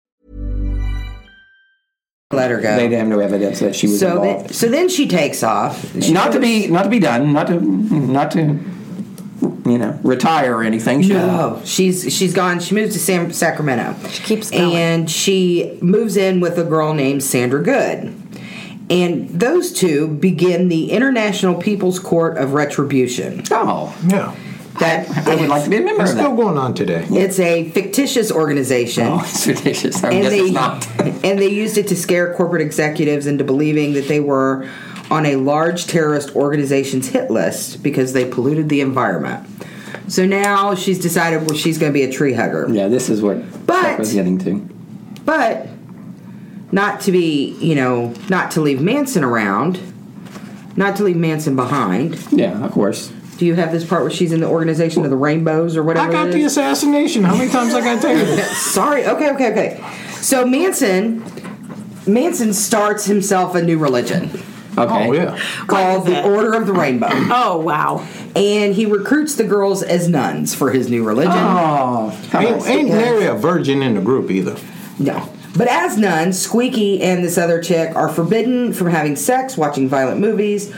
[SPEAKER 3] Let her go.
[SPEAKER 1] They have no evidence that she was
[SPEAKER 3] so,
[SPEAKER 1] involved.
[SPEAKER 3] then, so then she takes off. She
[SPEAKER 1] not to be not to be done. Not to not to you know retire or anything. She-
[SPEAKER 3] No, Oh, she's she's gone. She moves to San, Sacramento. She
[SPEAKER 5] keeps going.
[SPEAKER 3] and she moves in with a girl named Sandra Good. And those two begin the International People's Court of Retribution.
[SPEAKER 1] Oh,
[SPEAKER 4] Yeah.
[SPEAKER 3] That
[SPEAKER 1] I would like to be a member
[SPEAKER 4] It's
[SPEAKER 1] of
[SPEAKER 4] still
[SPEAKER 1] that.
[SPEAKER 4] going on today.
[SPEAKER 3] It's a fictitious organization.
[SPEAKER 1] Oh, (laughs) it's ridiculous. I
[SPEAKER 3] and
[SPEAKER 1] guess
[SPEAKER 3] they
[SPEAKER 1] it's not.
[SPEAKER 3] and they used it to scare corporate executives into believing that they were on a large terrorist organization's hit list because they polluted the environment. So now she's decided well she's going to be a tree hugger.
[SPEAKER 1] (laughs) Yeah, this is what
[SPEAKER 3] But-
[SPEAKER 1] Chuck was getting to.
[SPEAKER 3] But not to be, you know, not to leave Manson around, not to leave Manson behind.
[SPEAKER 1] Yeah, of course.
[SPEAKER 3] Do you have this part where she's in the organization of the rainbows or whatever?
[SPEAKER 4] I got
[SPEAKER 3] it
[SPEAKER 4] the
[SPEAKER 3] is?
[SPEAKER 4] assassination. How many times I got to tell
[SPEAKER 3] (laughs)
[SPEAKER 4] you? this?
[SPEAKER 3] Sorry. Okay, okay, okay. So Manson Manson starts himself a new religion
[SPEAKER 1] Okay.
[SPEAKER 4] Oh yeah.
[SPEAKER 3] called the Order of the Rainbow.
[SPEAKER 2] Oh wow.
[SPEAKER 3] And he recruits the girls as nuns for his new religion.
[SPEAKER 1] Oh.
[SPEAKER 4] Ain't, ain't Larry a virgin in the group either?
[SPEAKER 3] No. But as nuns, Squeaky and this other chick are forbidden from having sex, watching violent movies,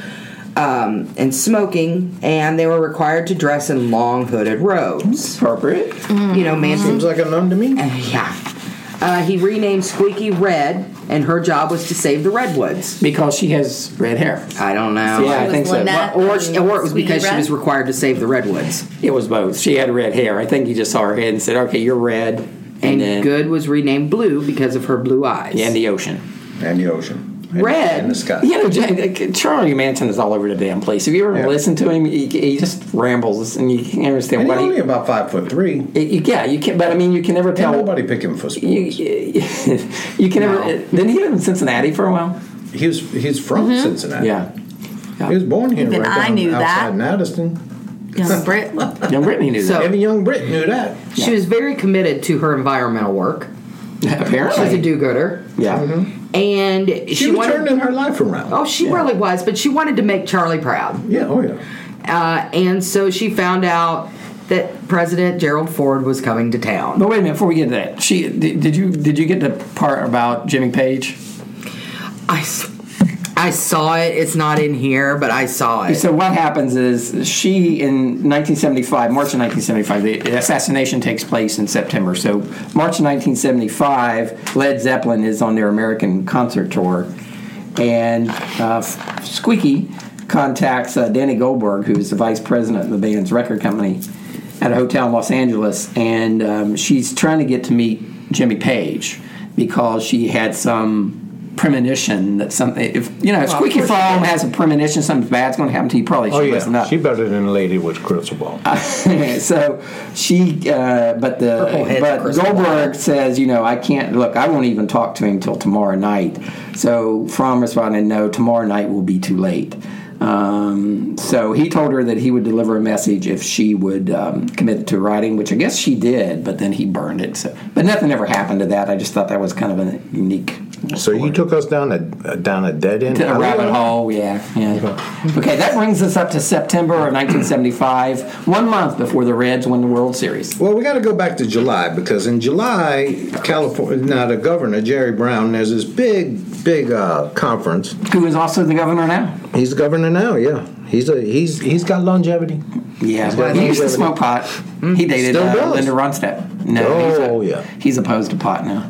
[SPEAKER 3] um, and smoking, and they were required to dress in long hooded robes.
[SPEAKER 1] Appropriate.
[SPEAKER 3] You know, Manson.
[SPEAKER 4] Seems like a nun to me.
[SPEAKER 3] Yeah. Uh, he renamed Squeaky Red, and her job was to save the Redwoods.
[SPEAKER 1] Because she has red hair.
[SPEAKER 3] I don't know.
[SPEAKER 1] Yeah, I think so.
[SPEAKER 2] Lynette
[SPEAKER 3] Or, she- or it was
[SPEAKER 2] Squeaky
[SPEAKER 3] because she
[SPEAKER 2] Red?
[SPEAKER 3] was required to save the Redwoods.
[SPEAKER 1] It was both. She had red hair. I think he just saw her head and said, "Okay, you're red."
[SPEAKER 3] And
[SPEAKER 1] then
[SPEAKER 3] Good was renamed Blue because of her blue eyes.
[SPEAKER 1] Yeah, and the ocean.
[SPEAKER 4] And the ocean.
[SPEAKER 3] Red.
[SPEAKER 4] And the sky.
[SPEAKER 1] You know, J- Charlie Manson is all over the damn place. Have you ever
[SPEAKER 4] Yeah.
[SPEAKER 1] listened to him? He, he just rambles, and you can't understand
[SPEAKER 4] And
[SPEAKER 1] what
[SPEAKER 4] he's
[SPEAKER 1] he.
[SPEAKER 4] only about five foot three. Ain't
[SPEAKER 1] you- yeah, you can. But I mean, you can never tell.
[SPEAKER 4] nobody pick him for sports.
[SPEAKER 1] (laughs) You, you can never. Didn't he live in Cincinnati for a while?
[SPEAKER 4] He was, he's from Cincinnati.
[SPEAKER 1] Yeah.
[SPEAKER 4] He was born here
[SPEAKER 7] Even
[SPEAKER 4] right
[SPEAKER 7] I
[SPEAKER 4] down
[SPEAKER 7] knew that.
[SPEAKER 4] outside that. Madison. (laughs)
[SPEAKER 7] Young Brit.
[SPEAKER 1] Young Brittany knew
[SPEAKER 3] So-
[SPEAKER 4] Every young Brit knew that.
[SPEAKER 3] She was very committed to her environmental
[SPEAKER 1] that.
[SPEAKER 3] work. She's a Mm-hmm.
[SPEAKER 1] Apparently.
[SPEAKER 3] do-gooder.
[SPEAKER 1] Yeah.
[SPEAKER 3] And she,
[SPEAKER 4] She, was
[SPEAKER 3] wanted.
[SPEAKER 4] turning her life around.
[SPEAKER 3] oh, she really was, but she wanted to make Charlie proud.
[SPEAKER 4] yeah, oh yeah.
[SPEAKER 3] Uh, and so she found out that President Gerald Ford was coming to town.
[SPEAKER 1] But wait a minute before we get to that. She did, did you did you get the part about Jimmy Page?
[SPEAKER 3] I, s- I saw it. It's not in here, but I saw it.
[SPEAKER 1] So what happens is she in 1975, March of 1975, the assassination takes place in September. So March of 1975, Led Zeppelin is on their American concert tour, and uh, Squeaky contacts uh, Danny Goldberg, who's the vice president of the band's record company, at a hotel in Los Angeles, and um, she's trying to get to meet Jimmy Page because she had some premonition that something if you know if squeaky foam has a premonition something bad's going to happen to you probably should
[SPEAKER 4] Oh
[SPEAKER 1] listen
[SPEAKER 4] yeah.
[SPEAKER 1] up
[SPEAKER 4] She better than the lady with crystal ball.
[SPEAKER 1] (laughs) so she uh, but
[SPEAKER 3] Purple
[SPEAKER 1] the
[SPEAKER 3] heads
[SPEAKER 1] but
[SPEAKER 3] crystal
[SPEAKER 1] goldberg says you know i can't look i won't even talk to him till tomorrow night so fromm responded no tomorrow night will be too late um, so he told her that he would deliver a message if she would um, commit to writing which i guess she did but then he burned it so but nothing ever happened to that i just thought that was kind of a unique
[SPEAKER 4] So you took us down a down a dead end.
[SPEAKER 1] To (laughs) a
[SPEAKER 4] alley?
[SPEAKER 1] rabbit hole, yeah, yeah. Okay, that brings us up to September of 1975, one month before the Reds win the World Series.
[SPEAKER 4] Well, we got to go back to July because in July, California, now the governor Jerry Brown, there's this big, big uh, conference.
[SPEAKER 1] Who is also the governor now?
[SPEAKER 4] He's the governor now. Yeah, he's a he's he's got longevity.
[SPEAKER 1] Yeah,
[SPEAKER 4] He's
[SPEAKER 1] well,
[SPEAKER 4] got
[SPEAKER 1] he used to
[SPEAKER 4] longevity.
[SPEAKER 1] smoke pot. He dated
[SPEAKER 4] Still
[SPEAKER 1] uh,
[SPEAKER 4] does.
[SPEAKER 1] Linda Ronstadt. No,
[SPEAKER 4] Oh,
[SPEAKER 1] he's, a-
[SPEAKER 4] yeah.
[SPEAKER 1] he's opposed to pot now.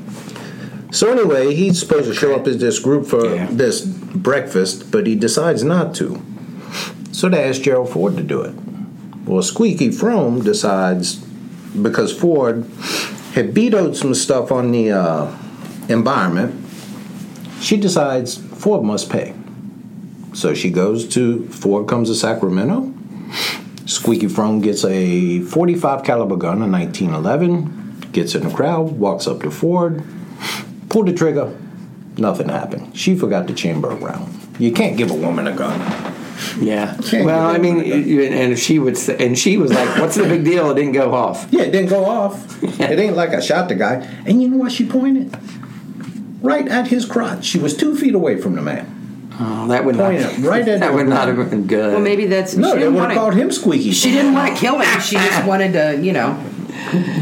[SPEAKER 4] So anyway, he's supposed to show up as this group for this breakfast, but he decides not to. So they asked Gerald Ford to do it. Well, Squeaky Frome decides because Ford had vetoed some stuff on the uh, environment. She decides Ford must pay. So she goes to Ford comes to Sacramento. Squeaky Frome gets a 45 caliber gun, a 1911, gets in the crowd, walks up to Ford, pulled the trigger, nothing happened. She forgot to chamber a round. You can't give a woman a gun.
[SPEAKER 1] Yeah.
[SPEAKER 4] Can't
[SPEAKER 1] well,
[SPEAKER 4] get
[SPEAKER 1] I mean, you- and if she would, say, and she was like, "What's the big deal? It didn't go off."
[SPEAKER 4] Yeah, it didn't go off. (laughs) it ain't like I shot the guy. And you know what? She pointed right at his crotch. She was two feet away from the man.
[SPEAKER 1] Oh, that would
[SPEAKER 4] Pointed
[SPEAKER 1] not.
[SPEAKER 4] right
[SPEAKER 1] (laughs)
[SPEAKER 4] at
[SPEAKER 1] that
[SPEAKER 4] the
[SPEAKER 1] would not have been good.
[SPEAKER 3] Well, maybe that's
[SPEAKER 4] No,
[SPEAKER 3] she
[SPEAKER 4] they
[SPEAKER 3] didn't
[SPEAKER 4] would have
[SPEAKER 3] wanna-
[SPEAKER 4] called him squeaky.
[SPEAKER 3] She didn't want to kill him. She (laughs) just wanted to, you know.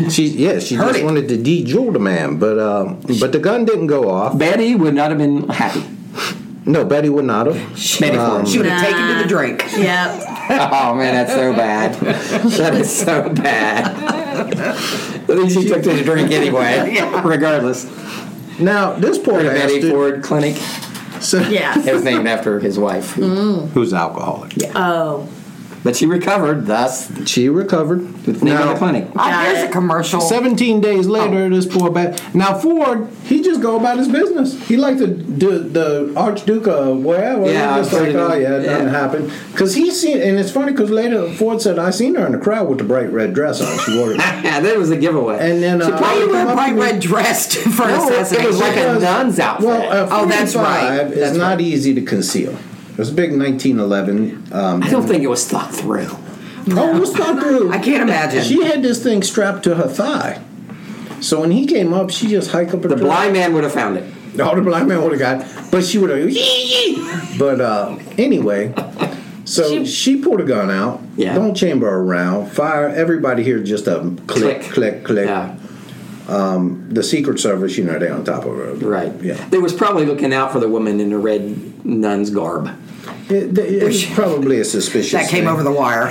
[SPEAKER 4] She yeah, she
[SPEAKER 3] Hurt
[SPEAKER 4] just
[SPEAKER 3] it.
[SPEAKER 4] wanted to de-jewel the man, but um, but the gun didn't go off.
[SPEAKER 1] Betty would not have been happy.
[SPEAKER 4] No, Betty would not have.
[SPEAKER 1] Betty Ford.
[SPEAKER 3] She would have taken to the drink.
[SPEAKER 5] Yep.
[SPEAKER 1] Oh man, that's so
[SPEAKER 4] (laughs)
[SPEAKER 1] bad. that is so bad. At least she took to the drink anyway, regardless.
[SPEAKER 4] Now this poor
[SPEAKER 1] The Betty
[SPEAKER 4] bastard.
[SPEAKER 1] Ford Clinic.
[SPEAKER 4] So,
[SPEAKER 2] (laughs)
[SPEAKER 5] Yeah.
[SPEAKER 1] It was named after his wife,
[SPEAKER 4] (laughs) Who's alcoholic? Yeah.
[SPEAKER 5] Oh.
[SPEAKER 1] but she recovered. Thus,
[SPEAKER 4] She recovered.
[SPEAKER 1] it's named
[SPEAKER 4] Now-
[SPEAKER 1] the clinic.
[SPEAKER 3] Ah, there's a commercial.
[SPEAKER 4] 17 days
[SPEAKER 1] Oh.
[SPEAKER 4] later, this poor bat. Now, Ford, he just go about his business. He like the the, the Archduke of wherever.
[SPEAKER 1] Yeah,
[SPEAKER 4] Yeah, just
[SPEAKER 1] I've
[SPEAKER 4] like,
[SPEAKER 1] heard of
[SPEAKER 4] oh,
[SPEAKER 1] it.
[SPEAKER 4] yeah, it doesn't
[SPEAKER 1] Yeah.
[SPEAKER 4] happen. Because he seen, and it's funny because later Ford said, I seen her in the crowd with the bright red dress on.
[SPEAKER 1] (laughs)
[SPEAKER 4] She wore it.
[SPEAKER 1] Yeah, (laughs) that was a giveaway.
[SPEAKER 4] And then,
[SPEAKER 1] she
[SPEAKER 4] uh,
[SPEAKER 3] Why
[SPEAKER 1] probably
[SPEAKER 3] you wear
[SPEAKER 1] went
[SPEAKER 3] a
[SPEAKER 1] by
[SPEAKER 3] bright red
[SPEAKER 1] (laughs)
[SPEAKER 3] dress for an
[SPEAKER 1] No, it was
[SPEAKER 3] assassination?
[SPEAKER 1] like a nun's outfit.
[SPEAKER 4] Well,
[SPEAKER 3] Oh, that's right.
[SPEAKER 4] 45 is
[SPEAKER 3] That's
[SPEAKER 4] not easy to conceal. It was a big 1911. Um,
[SPEAKER 1] I don't think it was thought through.
[SPEAKER 4] Oh, it was not
[SPEAKER 1] (laughs)
[SPEAKER 4] through.
[SPEAKER 3] I can't imagine.
[SPEAKER 4] She had this thing strapped to her thigh. So when he came up, she just hiked up her
[SPEAKER 1] The
[SPEAKER 4] dress.
[SPEAKER 1] blind man would have found it.
[SPEAKER 4] All the black man would have got, but she would have. "Yee, yee." But uh, anyway, so she, pulled a gun out.
[SPEAKER 1] Yeah.
[SPEAKER 4] Don't chamber around. Fire. Everybody here just a click, click, click.
[SPEAKER 1] Yeah,
[SPEAKER 4] The Secret Service, you know, they on top of her.
[SPEAKER 1] right.
[SPEAKER 4] Yeah.
[SPEAKER 1] They was probably looking out for the woman in the red nun's garb. (laughs)
[SPEAKER 4] It, it- it's probably a suspicious.
[SPEAKER 3] that came
[SPEAKER 4] thing.
[SPEAKER 3] over the wire.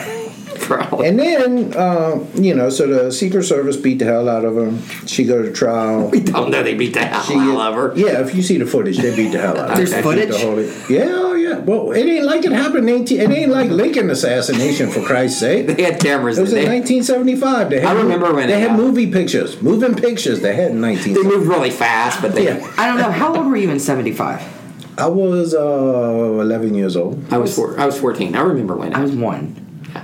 [SPEAKER 1] Probably.
[SPEAKER 4] And then, uh, you know, so the Secret Service beat the hell out of her. She go to trial.
[SPEAKER 1] we (laughs) don't know they beat the hell
[SPEAKER 4] She
[SPEAKER 1] out of her.
[SPEAKER 4] Yeah, if you see the footage, they beat the hell out of her.
[SPEAKER 3] There's
[SPEAKER 4] They beat
[SPEAKER 3] footage?
[SPEAKER 4] the whole- yeah, oh, yeah. Well, it ain't like it happened in 18. It ain't like Lincoln assassination, for Christ's sake.
[SPEAKER 1] They had cameras.
[SPEAKER 4] It was
[SPEAKER 1] in
[SPEAKER 4] in
[SPEAKER 1] there.
[SPEAKER 4] 1975. They had
[SPEAKER 1] I remember when
[SPEAKER 4] they
[SPEAKER 1] it
[SPEAKER 4] had
[SPEAKER 1] happened.
[SPEAKER 4] movie pictures, moving pictures. They had in
[SPEAKER 1] They
[SPEAKER 4] 1975.
[SPEAKER 1] moved really fast, but they.
[SPEAKER 4] Yeah,
[SPEAKER 3] I don't know. How old were you in 75?
[SPEAKER 4] I was uh, 11 years old.
[SPEAKER 1] I was four, I was fourteen. I remember when.
[SPEAKER 3] I was one.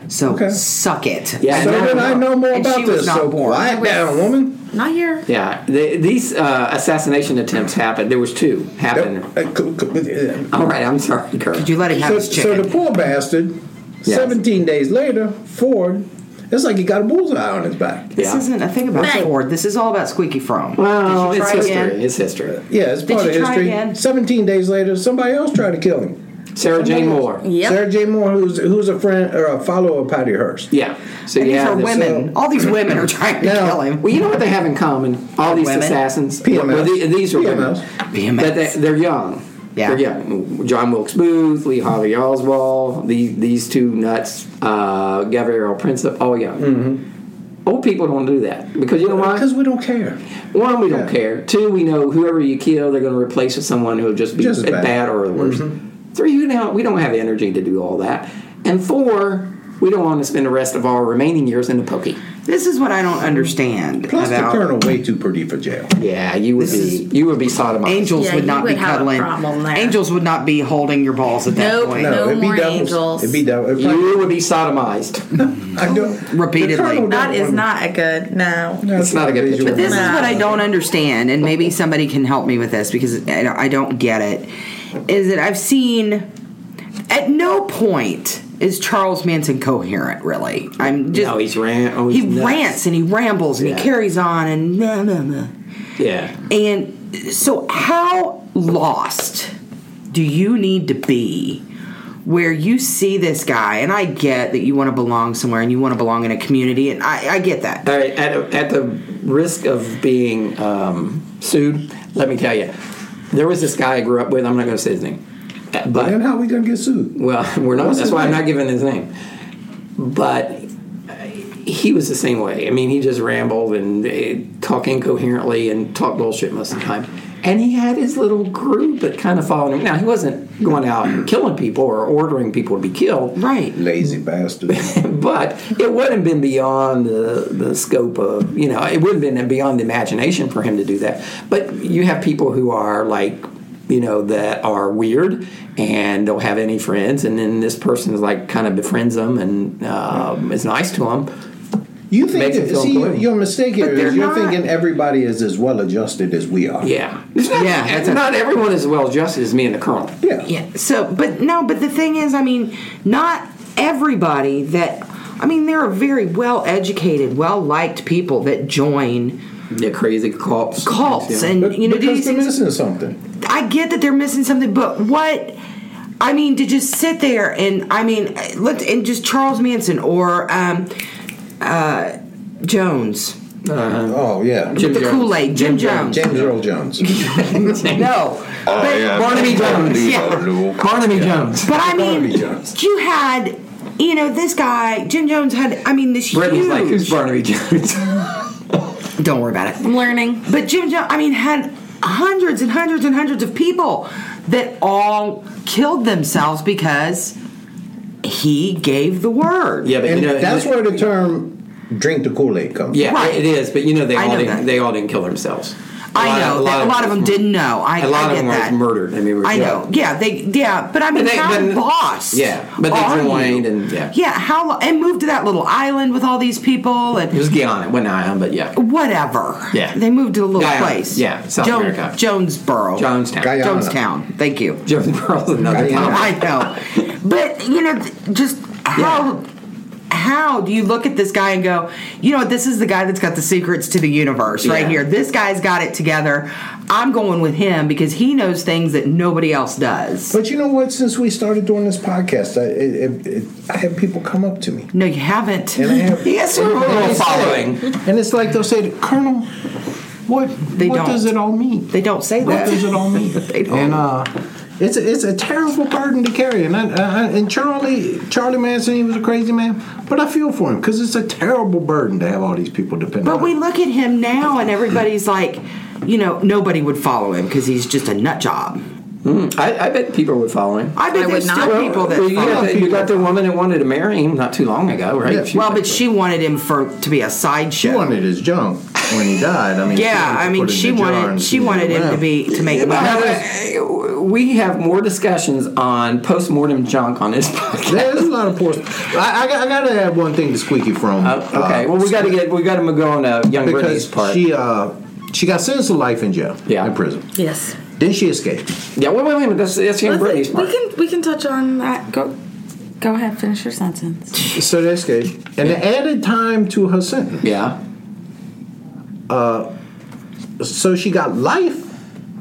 [SPEAKER 3] So
[SPEAKER 4] Okay.
[SPEAKER 3] suck it.
[SPEAKER 1] Yeah,
[SPEAKER 4] So
[SPEAKER 1] I
[SPEAKER 4] then
[SPEAKER 1] know.
[SPEAKER 4] I know more
[SPEAKER 3] And
[SPEAKER 4] about
[SPEAKER 3] she was
[SPEAKER 4] this.
[SPEAKER 3] not
[SPEAKER 4] So
[SPEAKER 3] born.
[SPEAKER 4] quiet down, woman.
[SPEAKER 5] Not here.
[SPEAKER 1] yeah, they, these uh, assassination attempts happened. There was two happened.
[SPEAKER 4] Uh, c- c- uh,
[SPEAKER 1] All right, I'm sorry, girl.
[SPEAKER 3] Did you let him have
[SPEAKER 4] So,
[SPEAKER 3] his chicken?
[SPEAKER 4] so the poor bastard.
[SPEAKER 1] Yes.
[SPEAKER 4] 17 days later, Ford. It's like he got a bullseye on his back.
[SPEAKER 3] this
[SPEAKER 1] Yeah.
[SPEAKER 3] isn't a thing about
[SPEAKER 5] Bang.
[SPEAKER 3] Ford. This is all about Squeaky Frome.
[SPEAKER 1] Well,
[SPEAKER 3] Did you
[SPEAKER 1] it's
[SPEAKER 3] try
[SPEAKER 1] history.
[SPEAKER 3] again? Uh,
[SPEAKER 1] It's history.
[SPEAKER 4] Yeah, it's part
[SPEAKER 3] you
[SPEAKER 4] of
[SPEAKER 3] try
[SPEAKER 4] history.
[SPEAKER 3] again?
[SPEAKER 4] 17 days later, somebody else tried to kill him.
[SPEAKER 1] Sarah Jane Moore.
[SPEAKER 5] Yep.
[SPEAKER 4] Sarah J. Moore, who's who's a friend or a follower of Patty Hearst.
[SPEAKER 1] Yeah. So
[SPEAKER 3] These
[SPEAKER 1] you have
[SPEAKER 3] are
[SPEAKER 1] this-
[SPEAKER 3] women. all these women are
[SPEAKER 1] (laughs)
[SPEAKER 3] trying to
[SPEAKER 4] Now-
[SPEAKER 3] kill him.
[SPEAKER 1] Well, you know what they have in common? All these
[SPEAKER 3] Women?
[SPEAKER 1] assassins.
[SPEAKER 4] PMS.
[SPEAKER 1] Well, the- these are
[SPEAKER 4] PMS.
[SPEAKER 1] women.
[SPEAKER 3] PMS.
[SPEAKER 1] But they, they're young.
[SPEAKER 3] Yeah.
[SPEAKER 1] They're young. John Wilkes Booth, Lee Harvey Oswald, these, these two nuts, uh, Gabrielle Princip, all young. Old people don't do that Mm-hmm. because you know why?
[SPEAKER 4] Because we don't care.
[SPEAKER 1] One, we don't
[SPEAKER 4] Yeah.
[SPEAKER 1] care. Two, we know whoever you kill, they're going to replace with someone who'll just be
[SPEAKER 4] Just as
[SPEAKER 1] bad. Mm-hmm.
[SPEAKER 4] bad.
[SPEAKER 1] or the worst. Three, you know, we don't have the energy to do all that. And four, we don't want to spend the rest of our remaining years in the pokey.
[SPEAKER 3] This is what I don't understand
[SPEAKER 4] Plus,
[SPEAKER 3] about
[SPEAKER 4] the colonel way too pretty for jail.
[SPEAKER 1] Yeah, you would be you would be sodomized.
[SPEAKER 3] angels
[SPEAKER 5] Yeah,
[SPEAKER 3] would
[SPEAKER 5] you
[SPEAKER 3] not
[SPEAKER 5] would
[SPEAKER 3] be
[SPEAKER 5] have a
[SPEAKER 3] cuddling.
[SPEAKER 5] problem there.
[SPEAKER 3] Angels would not be holding your balls at that
[SPEAKER 5] Nope,
[SPEAKER 3] point.
[SPEAKER 5] No
[SPEAKER 4] it'd be
[SPEAKER 5] more
[SPEAKER 4] devils.
[SPEAKER 5] angels.
[SPEAKER 4] It'd be devil. It'd probably-
[SPEAKER 1] You would be sodomized. (laughs)
[SPEAKER 4] I don't,
[SPEAKER 3] Repeatedly.
[SPEAKER 4] the colonel
[SPEAKER 5] That
[SPEAKER 4] don't
[SPEAKER 5] is
[SPEAKER 4] want-
[SPEAKER 5] not a good no.
[SPEAKER 1] It's not a good
[SPEAKER 4] visual.
[SPEAKER 1] picture.
[SPEAKER 3] But this is
[SPEAKER 5] No.
[SPEAKER 3] what I don't understand, and maybe somebody can help me with this because I don't- I don't get it. Is that I've seen at no point is Charles Manson coherent? Really, I'm just
[SPEAKER 1] No, he's ran- oh, he's
[SPEAKER 3] he
[SPEAKER 1] nuts.
[SPEAKER 3] rants and he rambles and
[SPEAKER 1] Yeah.
[SPEAKER 3] he carries on and blah, blah, blah.
[SPEAKER 1] Yeah.
[SPEAKER 3] and so how lost do you need to be where you see this guy? And I get that you want to belong somewhere and you want to belong in a community, and I, I get that.
[SPEAKER 1] All right, at, at the risk of being um, sued, let me tell you, there was this guy I grew up with. I'm not going to say his name, Uh, but
[SPEAKER 4] then how are we gonna get sued?
[SPEAKER 1] (laughs) Well, we're not.
[SPEAKER 4] What's
[SPEAKER 1] that's
[SPEAKER 4] his
[SPEAKER 1] why I'm
[SPEAKER 4] name?
[SPEAKER 1] not giving his name. But uh, he was the same way. I mean, he just rambled and uh, talk incoherently and talk bullshit most of the time. And he had his little group that kind of followed him. Now he wasn't going out and killing people or ordering people to be killed,
[SPEAKER 3] right?
[SPEAKER 4] Lazy bastard.
[SPEAKER 1] but it wouldn't have been beyond the, the scope of you know it wouldn't have been beyond the imagination for him to do that but you have people who are like you know that are weird and don't have any friends and then this person is like kind of befriends them and um, is nice to them
[SPEAKER 4] You think
[SPEAKER 1] Makes it
[SPEAKER 4] that,
[SPEAKER 1] feel
[SPEAKER 4] see your,
[SPEAKER 1] good.
[SPEAKER 4] your mistake here
[SPEAKER 1] they're
[SPEAKER 4] is you're
[SPEAKER 1] not.
[SPEAKER 4] thinking everybody is as well adjusted as we are.
[SPEAKER 1] yeah yeah not everyone is well adjusted as me and the colonel
[SPEAKER 3] Yeah. So, but no, but the thing is, I mean, not everybody that, I mean, there are very well educated, well liked people that join
[SPEAKER 1] the crazy cults,
[SPEAKER 3] cults,
[SPEAKER 4] Yeah.
[SPEAKER 3] and
[SPEAKER 4] But-
[SPEAKER 3] you know, do
[SPEAKER 4] because
[SPEAKER 3] these
[SPEAKER 4] they're
[SPEAKER 3] things.
[SPEAKER 4] missing something.
[SPEAKER 1] Uh,
[SPEAKER 3] I get that they're missing something, but what? I mean, to just sit there and I mean, let and just Charles Manson or um, uh, Jones,
[SPEAKER 4] oh yeah,
[SPEAKER 3] Jim the Kool Aid, Jim, Jones.
[SPEAKER 4] James Earl Jones.
[SPEAKER 1] (laughs)
[SPEAKER 3] no, but,
[SPEAKER 1] Oh, Barnaby Jones
[SPEAKER 3] Yeah.
[SPEAKER 1] Barnaby Jones
[SPEAKER 3] but I mean,
[SPEAKER 4] Barnaby Jones.
[SPEAKER 3] you had, you know, this guy Jim Jones had. I mean, this
[SPEAKER 1] Brittany's
[SPEAKER 3] huge.
[SPEAKER 1] like who's Barnaby Jones
[SPEAKER 3] Don't worry about it.
[SPEAKER 5] I'm learning.
[SPEAKER 3] But Jim Jones, I mean, had hundreds and hundreds and hundreds of people that all killed themselves because he gave the word.
[SPEAKER 1] yeah but
[SPEAKER 4] (laughs) and
[SPEAKER 1] you know
[SPEAKER 4] that's where the term "drink the Kool Aid" comes.
[SPEAKER 1] yeah
[SPEAKER 3] Right.
[SPEAKER 1] it is but you know they
[SPEAKER 3] I
[SPEAKER 1] all
[SPEAKER 3] know
[SPEAKER 1] didn't
[SPEAKER 3] that.
[SPEAKER 1] they all didn't kill themselves
[SPEAKER 3] I know that a lot of them didn't know. I,
[SPEAKER 1] A lot of
[SPEAKER 3] I get
[SPEAKER 1] them
[SPEAKER 3] that.
[SPEAKER 1] were murdered. I mean, we were
[SPEAKER 3] I know. Yeah, they. Yeah, but I mean,
[SPEAKER 1] But they-
[SPEAKER 3] how
[SPEAKER 1] but-
[SPEAKER 3] lost?
[SPEAKER 1] yeah, but they
[SPEAKER 3] are you?
[SPEAKER 1] joined and- yeah.
[SPEAKER 3] Yeah, how lo- and moved to that little island with all these people
[SPEAKER 1] It
[SPEAKER 3] and
[SPEAKER 1] was Guyana. It wasn't Ion, but yeah.
[SPEAKER 3] whatever.
[SPEAKER 1] Yeah.
[SPEAKER 3] they moved to a little
[SPEAKER 1] Guyana.
[SPEAKER 3] place.
[SPEAKER 1] Yeah, South
[SPEAKER 3] Jo-
[SPEAKER 1] America.
[SPEAKER 3] Jonesboro,
[SPEAKER 1] Jonestown.
[SPEAKER 4] Guyana.
[SPEAKER 3] Jonestown. Thank you.
[SPEAKER 1] Jonesboro's another
[SPEAKER 4] Guyana.
[SPEAKER 1] town.
[SPEAKER 3] I know, but you know, th- just how. How do you look at this guy and go, you know, what, this is the guy that's got the secrets to the universe right
[SPEAKER 1] Yeah.
[SPEAKER 3] here. This guy's got it together. I'm going with him because he knows things that nobody else does.
[SPEAKER 4] But you know what? Since we started doing this podcast, I, it, it, it, I have people come up to me,
[SPEAKER 3] No, you haven't.
[SPEAKER 4] and
[SPEAKER 3] (laughs)
[SPEAKER 4] I have
[SPEAKER 1] Yes, we're a little following.
[SPEAKER 4] and it's like they'll say, "Colonel, what?
[SPEAKER 3] They
[SPEAKER 4] what
[SPEAKER 3] don't.
[SPEAKER 4] does it all mean?
[SPEAKER 3] They don't say
[SPEAKER 4] What
[SPEAKER 3] that.
[SPEAKER 4] does it all (laughs) mean?"
[SPEAKER 3] (laughs) They don't.
[SPEAKER 4] And uh, it's a, it's a terrible burden to carry. And I, I, I- and Charlie Charlie Manson, he was a crazy man, but I feel for him because it's a terrible burden to have all these people depend on.
[SPEAKER 3] But we look at him now, and everybody's like, you know, nobody would follow him because he's just a nut job.
[SPEAKER 1] I, I bet people were following.
[SPEAKER 3] Mm. I bet
[SPEAKER 2] I
[SPEAKER 3] there's
[SPEAKER 2] would
[SPEAKER 3] still
[SPEAKER 2] not.
[SPEAKER 3] people that
[SPEAKER 1] Well, you,
[SPEAKER 3] follow
[SPEAKER 1] got
[SPEAKER 3] him.
[SPEAKER 1] the, you got the woman that wanted to marry him not too long ago, right?
[SPEAKER 4] Yeah.
[SPEAKER 3] Well, but she wanted him for to be a
[SPEAKER 4] she
[SPEAKER 3] sideshow.
[SPEAKER 4] wanted his junk when he died. I mean,
[SPEAKER 3] yeah,
[SPEAKER 4] she
[SPEAKER 3] I mean,
[SPEAKER 4] wanted to put it
[SPEAKER 3] she
[SPEAKER 4] in the jar and
[SPEAKER 3] wanted she
[SPEAKER 4] leave it
[SPEAKER 3] wanted him to
[SPEAKER 4] around.
[SPEAKER 3] be to make
[SPEAKER 1] But
[SPEAKER 3] money.
[SPEAKER 1] uh, we have more discussions on post-mortem junk on this podcast.
[SPEAKER 4] There's a lot of poor. I, I, got- I gotta add one thing to Squeaky from.
[SPEAKER 1] Uh, okay,
[SPEAKER 4] uh,
[SPEAKER 1] well we got to get we got to go on uh, young Brittany's
[SPEAKER 4] because
[SPEAKER 1] part.
[SPEAKER 4] she uh she got sentenced to life in jail.
[SPEAKER 1] Yeah.
[SPEAKER 4] in prison.
[SPEAKER 2] Yes.
[SPEAKER 4] Then she escaped.
[SPEAKER 1] yeah, wait, wait, wait a minute. That's, that's young Brittany's
[SPEAKER 2] Let's-
[SPEAKER 1] part.
[SPEAKER 2] We can we can touch on that. Go go ahead, finish your sentence.
[SPEAKER 4] So they escaped, and they added time to her sentence.
[SPEAKER 1] yeah,
[SPEAKER 4] So she got life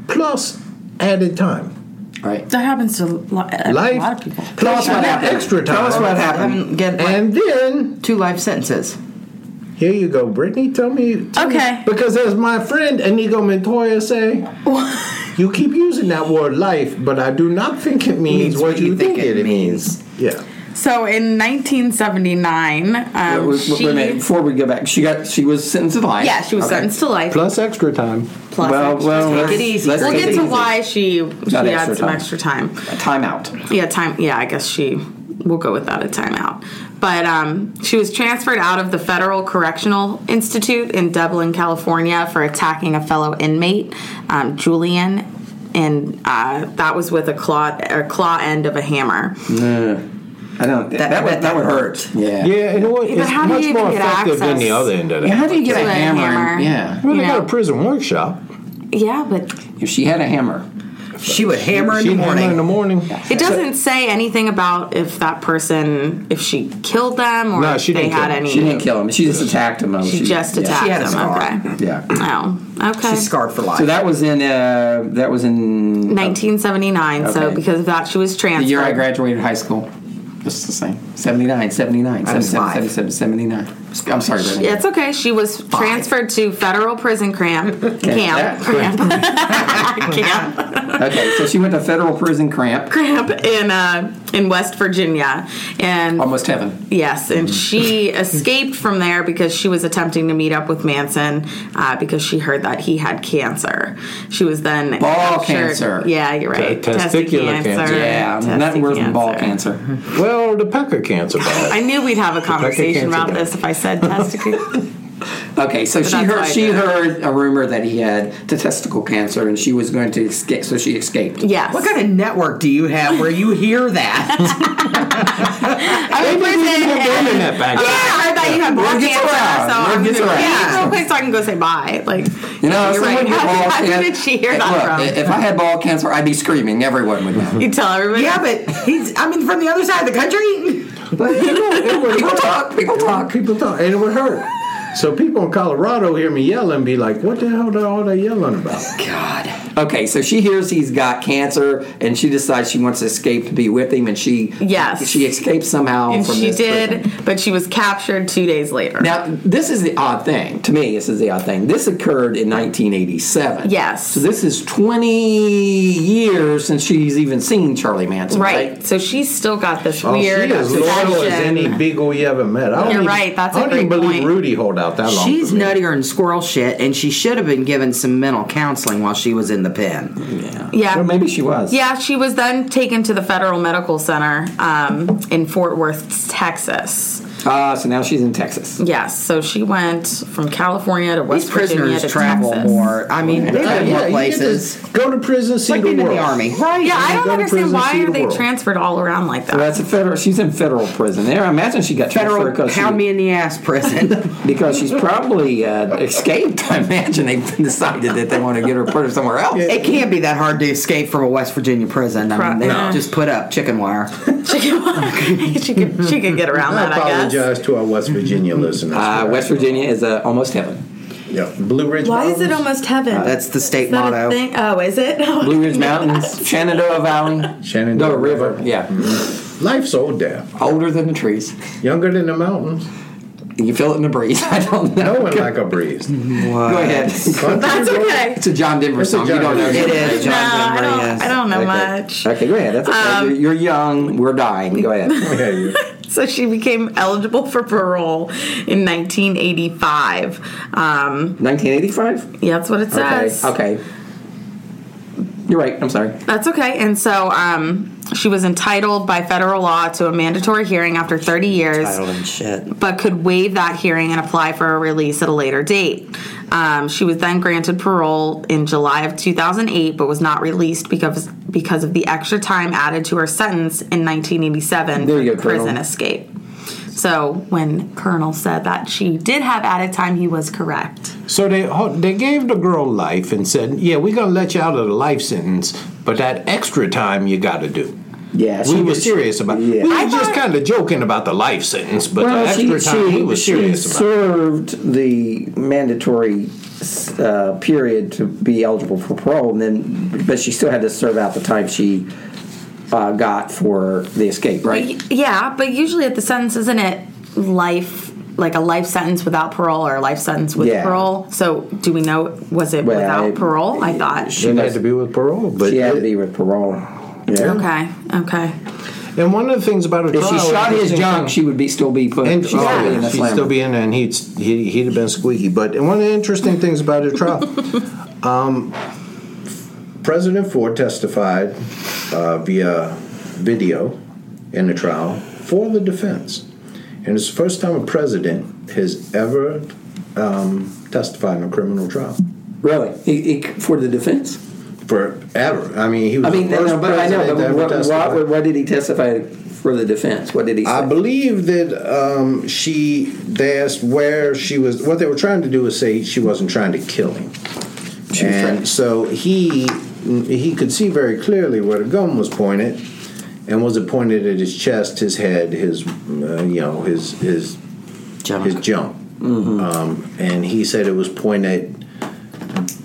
[SPEAKER 4] plus added time.
[SPEAKER 1] right.
[SPEAKER 2] That happens to li- a
[SPEAKER 4] Life
[SPEAKER 2] lot of people.
[SPEAKER 4] (laughs) plus
[SPEAKER 1] what
[SPEAKER 4] that
[SPEAKER 1] happened.
[SPEAKER 4] extra time.
[SPEAKER 1] Tell us what happened.
[SPEAKER 3] Um, get like,
[SPEAKER 4] And then
[SPEAKER 3] two life sentences.
[SPEAKER 4] here you go, Brittany. Tell me. tell me-
[SPEAKER 2] Okay. (laughs)
[SPEAKER 4] because as my friend Enigo Montoya say. You keep using that word life, but I do not think it means, what, you think, it, means. Yeah.
[SPEAKER 2] So in 1979, um,
[SPEAKER 1] Wait, wait,
[SPEAKER 2] she
[SPEAKER 1] wait a minute. Before we go back, she got she was sentenced to life.
[SPEAKER 2] yeah she was
[SPEAKER 1] Okay.
[SPEAKER 2] sentenced to life.
[SPEAKER 4] Plus extra time.
[SPEAKER 2] plus
[SPEAKER 1] well,
[SPEAKER 2] extra
[SPEAKER 1] well,
[SPEAKER 2] time.
[SPEAKER 1] let's-
[SPEAKER 3] Take it easy.
[SPEAKER 1] let's
[SPEAKER 2] We'll
[SPEAKER 1] take
[SPEAKER 2] get
[SPEAKER 1] it
[SPEAKER 2] to
[SPEAKER 1] easy.
[SPEAKER 2] why she she
[SPEAKER 1] Not
[SPEAKER 2] had
[SPEAKER 1] extra
[SPEAKER 2] some
[SPEAKER 1] time.
[SPEAKER 2] extra time.
[SPEAKER 1] Timeout.
[SPEAKER 2] Yeah, time. Yeah, I guess she will go without a timeout. But um, she was transferred out of the Federal Correctional Institute in Dublin, California, for attacking a fellow inmate, um, Julian, and uh, that was with a claw a claw end of a hammer.
[SPEAKER 1] I don't. That, that, would that, would hurt. Yeah.
[SPEAKER 4] Yeah, and it was,
[SPEAKER 2] but
[SPEAKER 4] it's
[SPEAKER 2] how do
[SPEAKER 4] much
[SPEAKER 2] you even
[SPEAKER 4] more
[SPEAKER 2] get
[SPEAKER 4] effective than the
[SPEAKER 2] access?
[SPEAKER 4] other end of that.
[SPEAKER 1] Yeah, How do you get a
[SPEAKER 2] With a
[SPEAKER 1] hammer?
[SPEAKER 2] hammer.
[SPEAKER 1] Yeah.
[SPEAKER 4] Well, they
[SPEAKER 2] You
[SPEAKER 4] got
[SPEAKER 2] know.
[SPEAKER 4] a prison workshop.
[SPEAKER 2] Yeah, but
[SPEAKER 1] If she had a hammer,
[SPEAKER 3] She would hammer in
[SPEAKER 4] She'd
[SPEAKER 3] the
[SPEAKER 4] hammer
[SPEAKER 3] morning.
[SPEAKER 4] in the morning.
[SPEAKER 2] It doesn't say anything about if that person, if she killed them or
[SPEAKER 1] No,
[SPEAKER 2] if
[SPEAKER 1] she
[SPEAKER 2] they
[SPEAKER 1] didn't
[SPEAKER 2] had
[SPEAKER 1] kill him.
[SPEAKER 2] any.
[SPEAKER 1] She didn't kill him. She just attacked him.
[SPEAKER 2] She just attacked
[SPEAKER 1] yeah.
[SPEAKER 2] him. Okay.
[SPEAKER 1] Yeah.
[SPEAKER 2] Oh, okay.
[SPEAKER 3] She's scarred for life.
[SPEAKER 1] So that was in uh, that was in
[SPEAKER 2] 1979. So
[SPEAKER 1] Okay.
[SPEAKER 2] because of that, she was
[SPEAKER 1] the
[SPEAKER 2] transferred.
[SPEAKER 1] year I graduated high school. Just the same. 79, 79,
[SPEAKER 3] I was
[SPEAKER 1] 77,
[SPEAKER 3] five.
[SPEAKER 1] 77, 79. I'm sorry, Brittany.
[SPEAKER 2] Yeah, it's okay. She was transferred to federal prison cramp,
[SPEAKER 1] (laughs)
[SPEAKER 2] camp,
[SPEAKER 1] that-
[SPEAKER 2] cramp, (laughs) camp,
[SPEAKER 1] Okay, so she went to federal prison cramp.
[SPEAKER 2] cramp in uh, in West Virginia, and
[SPEAKER 1] Almost heaven.
[SPEAKER 2] Yes, and
[SPEAKER 1] (laughs)
[SPEAKER 2] she escaped from there because she was attempting to meet up with Manson uh, because she heard that he had cancer. She was then
[SPEAKER 1] Ball cancer.
[SPEAKER 2] Yeah, you're right.
[SPEAKER 4] Te- testicular cancer.
[SPEAKER 1] Yeah, nothing
[SPEAKER 2] testy
[SPEAKER 1] worse than ball cancer.
[SPEAKER 2] (laughs)
[SPEAKER 4] Well, the pecker cancer ball.
[SPEAKER 2] I knew we'd have a conversation
[SPEAKER 4] cancer
[SPEAKER 2] about
[SPEAKER 4] guy.
[SPEAKER 2] this if I
[SPEAKER 1] (laughs)
[SPEAKER 2] said testicular.
[SPEAKER 1] Okay, so she
[SPEAKER 2] that's
[SPEAKER 1] heard
[SPEAKER 2] why I
[SPEAKER 1] she
[SPEAKER 2] did it.
[SPEAKER 1] heard a rumor that he had testicle cancer, and she was going to escape. So she escaped.
[SPEAKER 2] yes.
[SPEAKER 3] What kind of network do you have where you hear
[SPEAKER 4] (laughs)
[SPEAKER 3] that?
[SPEAKER 2] I was prison and- (laughs)
[SPEAKER 4] Internet back
[SPEAKER 2] Yeah,
[SPEAKER 4] then.
[SPEAKER 2] I heard that you had ball
[SPEAKER 1] Word
[SPEAKER 2] cancer.
[SPEAKER 1] gets around.
[SPEAKER 2] So
[SPEAKER 1] Word
[SPEAKER 2] I'm
[SPEAKER 1] gets
[SPEAKER 2] just like,
[SPEAKER 1] around.
[SPEAKER 2] yeah, real quick so I can go say bye. Like,
[SPEAKER 1] You know,
[SPEAKER 2] you're
[SPEAKER 1] someone
[SPEAKER 2] right.
[SPEAKER 1] with
[SPEAKER 2] How,
[SPEAKER 1] ball
[SPEAKER 2] (laughs) how
[SPEAKER 1] can-
[SPEAKER 2] did she hear
[SPEAKER 1] Look,
[SPEAKER 2] that from?
[SPEAKER 1] if I had ball cancer, I'd be screaming. Everyone would
[SPEAKER 2] (laughs)
[SPEAKER 1] know.
[SPEAKER 2] you tell everybody.
[SPEAKER 3] yeah, but he's. I mean, from the other side of the country.
[SPEAKER 4] But you know, it would
[SPEAKER 1] People talk. People talk.
[SPEAKER 4] People talk, and it would hurt. So people in Colorado hear me yell and be like, "What the hell are all they yelling about?"
[SPEAKER 1] God. Okay, so she hears he's got cancer, and she decides she wants to escape to be with him, and she
[SPEAKER 2] Yes.
[SPEAKER 1] she escapes somehow.
[SPEAKER 2] and
[SPEAKER 1] from
[SPEAKER 2] she
[SPEAKER 1] this
[SPEAKER 2] did,
[SPEAKER 1] prison.
[SPEAKER 2] but she was captured two days later.
[SPEAKER 1] Now, this is the odd thing to me. This is the odd thing. This occurred in 1987.
[SPEAKER 2] Yes.
[SPEAKER 1] So this is 20 years since she's even seen Charlie Manson. Right.
[SPEAKER 2] Right. So she's still got this
[SPEAKER 4] Oh, she
[SPEAKER 2] weird
[SPEAKER 4] as loyal as
[SPEAKER 2] obsession.
[SPEAKER 4] any beagle you ever met. I don't
[SPEAKER 2] You're
[SPEAKER 4] even,
[SPEAKER 2] right, that's
[SPEAKER 4] I
[SPEAKER 2] a
[SPEAKER 4] don't even
[SPEAKER 2] great
[SPEAKER 4] believe
[SPEAKER 2] point.
[SPEAKER 4] Rudy hold out that long.
[SPEAKER 3] She's
[SPEAKER 4] for me.
[SPEAKER 3] nuttier than squirrel shit, and she should have been given some mental counseling while she was in the pen.
[SPEAKER 2] yeah.
[SPEAKER 1] Or maybe she was.
[SPEAKER 2] yeah, she was then taken to the Federal Medical Center um, in Fort Worth, Texas.
[SPEAKER 1] Ah, so now she's in Texas.
[SPEAKER 2] Yes, so she went from California to West
[SPEAKER 3] These
[SPEAKER 2] Virginia
[SPEAKER 3] prisoners
[SPEAKER 2] to
[SPEAKER 3] travel
[SPEAKER 2] Texas.
[SPEAKER 3] more. I mean, they
[SPEAKER 4] Uh, Yeah,
[SPEAKER 3] go
[SPEAKER 4] yeah,
[SPEAKER 3] more
[SPEAKER 4] you
[SPEAKER 3] places.
[SPEAKER 4] get to Go to prison, see
[SPEAKER 3] Like
[SPEAKER 4] the
[SPEAKER 3] being in
[SPEAKER 4] world.
[SPEAKER 3] the army.
[SPEAKER 4] Right.
[SPEAKER 2] Yeah, I
[SPEAKER 4] You
[SPEAKER 2] don't
[SPEAKER 4] go to
[SPEAKER 2] understand
[SPEAKER 4] prison,
[SPEAKER 2] why
[SPEAKER 4] see
[SPEAKER 2] are
[SPEAKER 4] the
[SPEAKER 2] they
[SPEAKER 4] world.
[SPEAKER 2] transferred all around like that?
[SPEAKER 1] That's a federal. She's in federal prison there. I imagine she got transferred
[SPEAKER 3] Federal
[SPEAKER 1] because she-
[SPEAKER 3] pound me in the ass
[SPEAKER 4] (laughs)
[SPEAKER 3] prison.
[SPEAKER 1] because she's probably uh, escaped. (laughs) I imagine they decided that they want to get her put her somewhere else.
[SPEAKER 3] it can't be that hard to escape from a West Virginia prison. I mean, they
[SPEAKER 2] Pro- No.
[SPEAKER 3] just put up chicken wire.
[SPEAKER 2] she, could, (laughs) she could she could get around
[SPEAKER 4] (laughs) I
[SPEAKER 2] that, I guess.
[SPEAKER 4] apologize to our West Virginia listeners.
[SPEAKER 1] Uh, West Virginia is uh, almost heaven.
[SPEAKER 4] Yeah. Blue Ridge.
[SPEAKER 5] Why is it
[SPEAKER 4] Mountains,
[SPEAKER 5] almost heaven?
[SPEAKER 3] That's the state
[SPEAKER 5] Is that a
[SPEAKER 3] motto.
[SPEAKER 5] thing? Oh, is it? (laughs)
[SPEAKER 1] Blue Ridge Mountains, Shenandoah Valley,
[SPEAKER 4] Shenandoah
[SPEAKER 1] Shenandoah River.
[SPEAKER 4] River.
[SPEAKER 1] Yeah,
[SPEAKER 4] Life's old there.
[SPEAKER 1] older than the trees.
[SPEAKER 4] Younger than the mountains.
[SPEAKER 1] You feel it in the breeze. (laughs) I don't know.
[SPEAKER 4] No one like a breeze.
[SPEAKER 1] Go ahead.
[SPEAKER 2] Mm-hmm. That's okay.
[SPEAKER 1] It's a John Denver
[SPEAKER 4] It's a
[SPEAKER 1] song.
[SPEAKER 4] John
[SPEAKER 1] you don't know.
[SPEAKER 4] Denver.
[SPEAKER 3] It is
[SPEAKER 2] No,
[SPEAKER 3] John
[SPEAKER 2] Uh, I
[SPEAKER 3] Denver,
[SPEAKER 2] don't.
[SPEAKER 3] yes.
[SPEAKER 2] I don't know
[SPEAKER 1] Okay.
[SPEAKER 2] much.
[SPEAKER 1] Okay, go ahead. That's okay. Uh,
[SPEAKER 3] Um,
[SPEAKER 1] you're, you're young. We're dying. Go ahead.
[SPEAKER 4] (laughs) Yeah, you-
[SPEAKER 2] So she became eligible for parole in 1985. Um,
[SPEAKER 1] 1985.
[SPEAKER 2] Yeah, that's what it says.
[SPEAKER 1] Okay. Okay. You're right. I'm sorry.
[SPEAKER 2] That's okay. And so um, she was entitled by federal law to a mandatory hearing after 30 years,
[SPEAKER 3] and shit.
[SPEAKER 2] but could waive that hearing and apply for a release at a later date. Um, she was then granted parole in July of 2008, but was not released because because of the extra time added to her sentence in 1987
[SPEAKER 1] There
[SPEAKER 2] for
[SPEAKER 1] you
[SPEAKER 2] the
[SPEAKER 1] go,
[SPEAKER 2] prison
[SPEAKER 1] Colonel.
[SPEAKER 2] escape. So when Colonel said that she did have added time, he was correct.
[SPEAKER 4] So they they gave the girl life and said, "Yeah, we're gonna let you out of the life sentence, but that extra time you got to do."
[SPEAKER 1] Yeah,
[SPEAKER 4] we
[SPEAKER 1] she
[SPEAKER 4] were
[SPEAKER 1] was-
[SPEAKER 4] serious about.
[SPEAKER 1] yeah.
[SPEAKER 4] We were
[SPEAKER 1] I
[SPEAKER 4] just kind of joking about the life sentence, but the extra time he was
[SPEAKER 1] she
[SPEAKER 4] serious about.
[SPEAKER 1] served the mandatory uh, period to be eligible for parole, and then but she still had to serve out the time she uh, got for the escape, right?
[SPEAKER 2] Y- Yeah, but usually at the sentence, isn't it life, like a life sentence without parole or a life sentence with
[SPEAKER 1] Yeah.
[SPEAKER 2] parole? So do we know, was it
[SPEAKER 1] Well,
[SPEAKER 2] without
[SPEAKER 1] it-
[SPEAKER 2] parole? I thought.
[SPEAKER 4] She had to be with parole, but
[SPEAKER 1] she had to be with parole. Yeah.
[SPEAKER 2] okay, okay.
[SPEAKER 4] and one of the things about a
[SPEAKER 1] If
[SPEAKER 4] trial,
[SPEAKER 1] she shot his
[SPEAKER 4] Oh, interesting
[SPEAKER 1] junk,
[SPEAKER 4] thing-
[SPEAKER 1] she would be still be put.
[SPEAKER 4] And
[SPEAKER 1] she'd still be in the
[SPEAKER 4] she'd
[SPEAKER 1] slammer.
[SPEAKER 4] still be in there, and he'd he, he'd have been squeaky. But and one of the interesting things about her
[SPEAKER 1] (laughs)
[SPEAKER 4] trial, um, President Ford testified uh, via video in the trial for the defense, and it's the first time a president has ever um, testified in a criminal trial.
[SPEAKER 1] really he, he, for the defense.
[SPEAKER 4] Forever. I mean, he was
[SPEAKER 1] I mean, no,
[SPEAKER 4] the first
[SPEAKER 1] no, but I
[SPEAKER 4] president
[SPEAKER 1] know.
[SPEAKER 4] to
[SPEAKER 1] But
[SPEAKER 4] ever
[SPEAKER 1] what,
[SPEAKER 4] testify.
[SPEAKER 1] why, why did he testify for the defense? What did he say?
[SPEAKER 4] I believe that um, she they asked where she was. What they were trying to do was say she wasn't trying to kill him.
[SPEAKER 1] She was
[SPEAKER 4] and
[SPEAKER 1] trying-
[SPEAKER 4] so he he could see very clearly where the gun was pointed, and was it pointed at his chest, his head, his uh, you know his his
[SPEAKER 3] jump.
[SPEAKER 4] his jump. Um, and he said it was pointed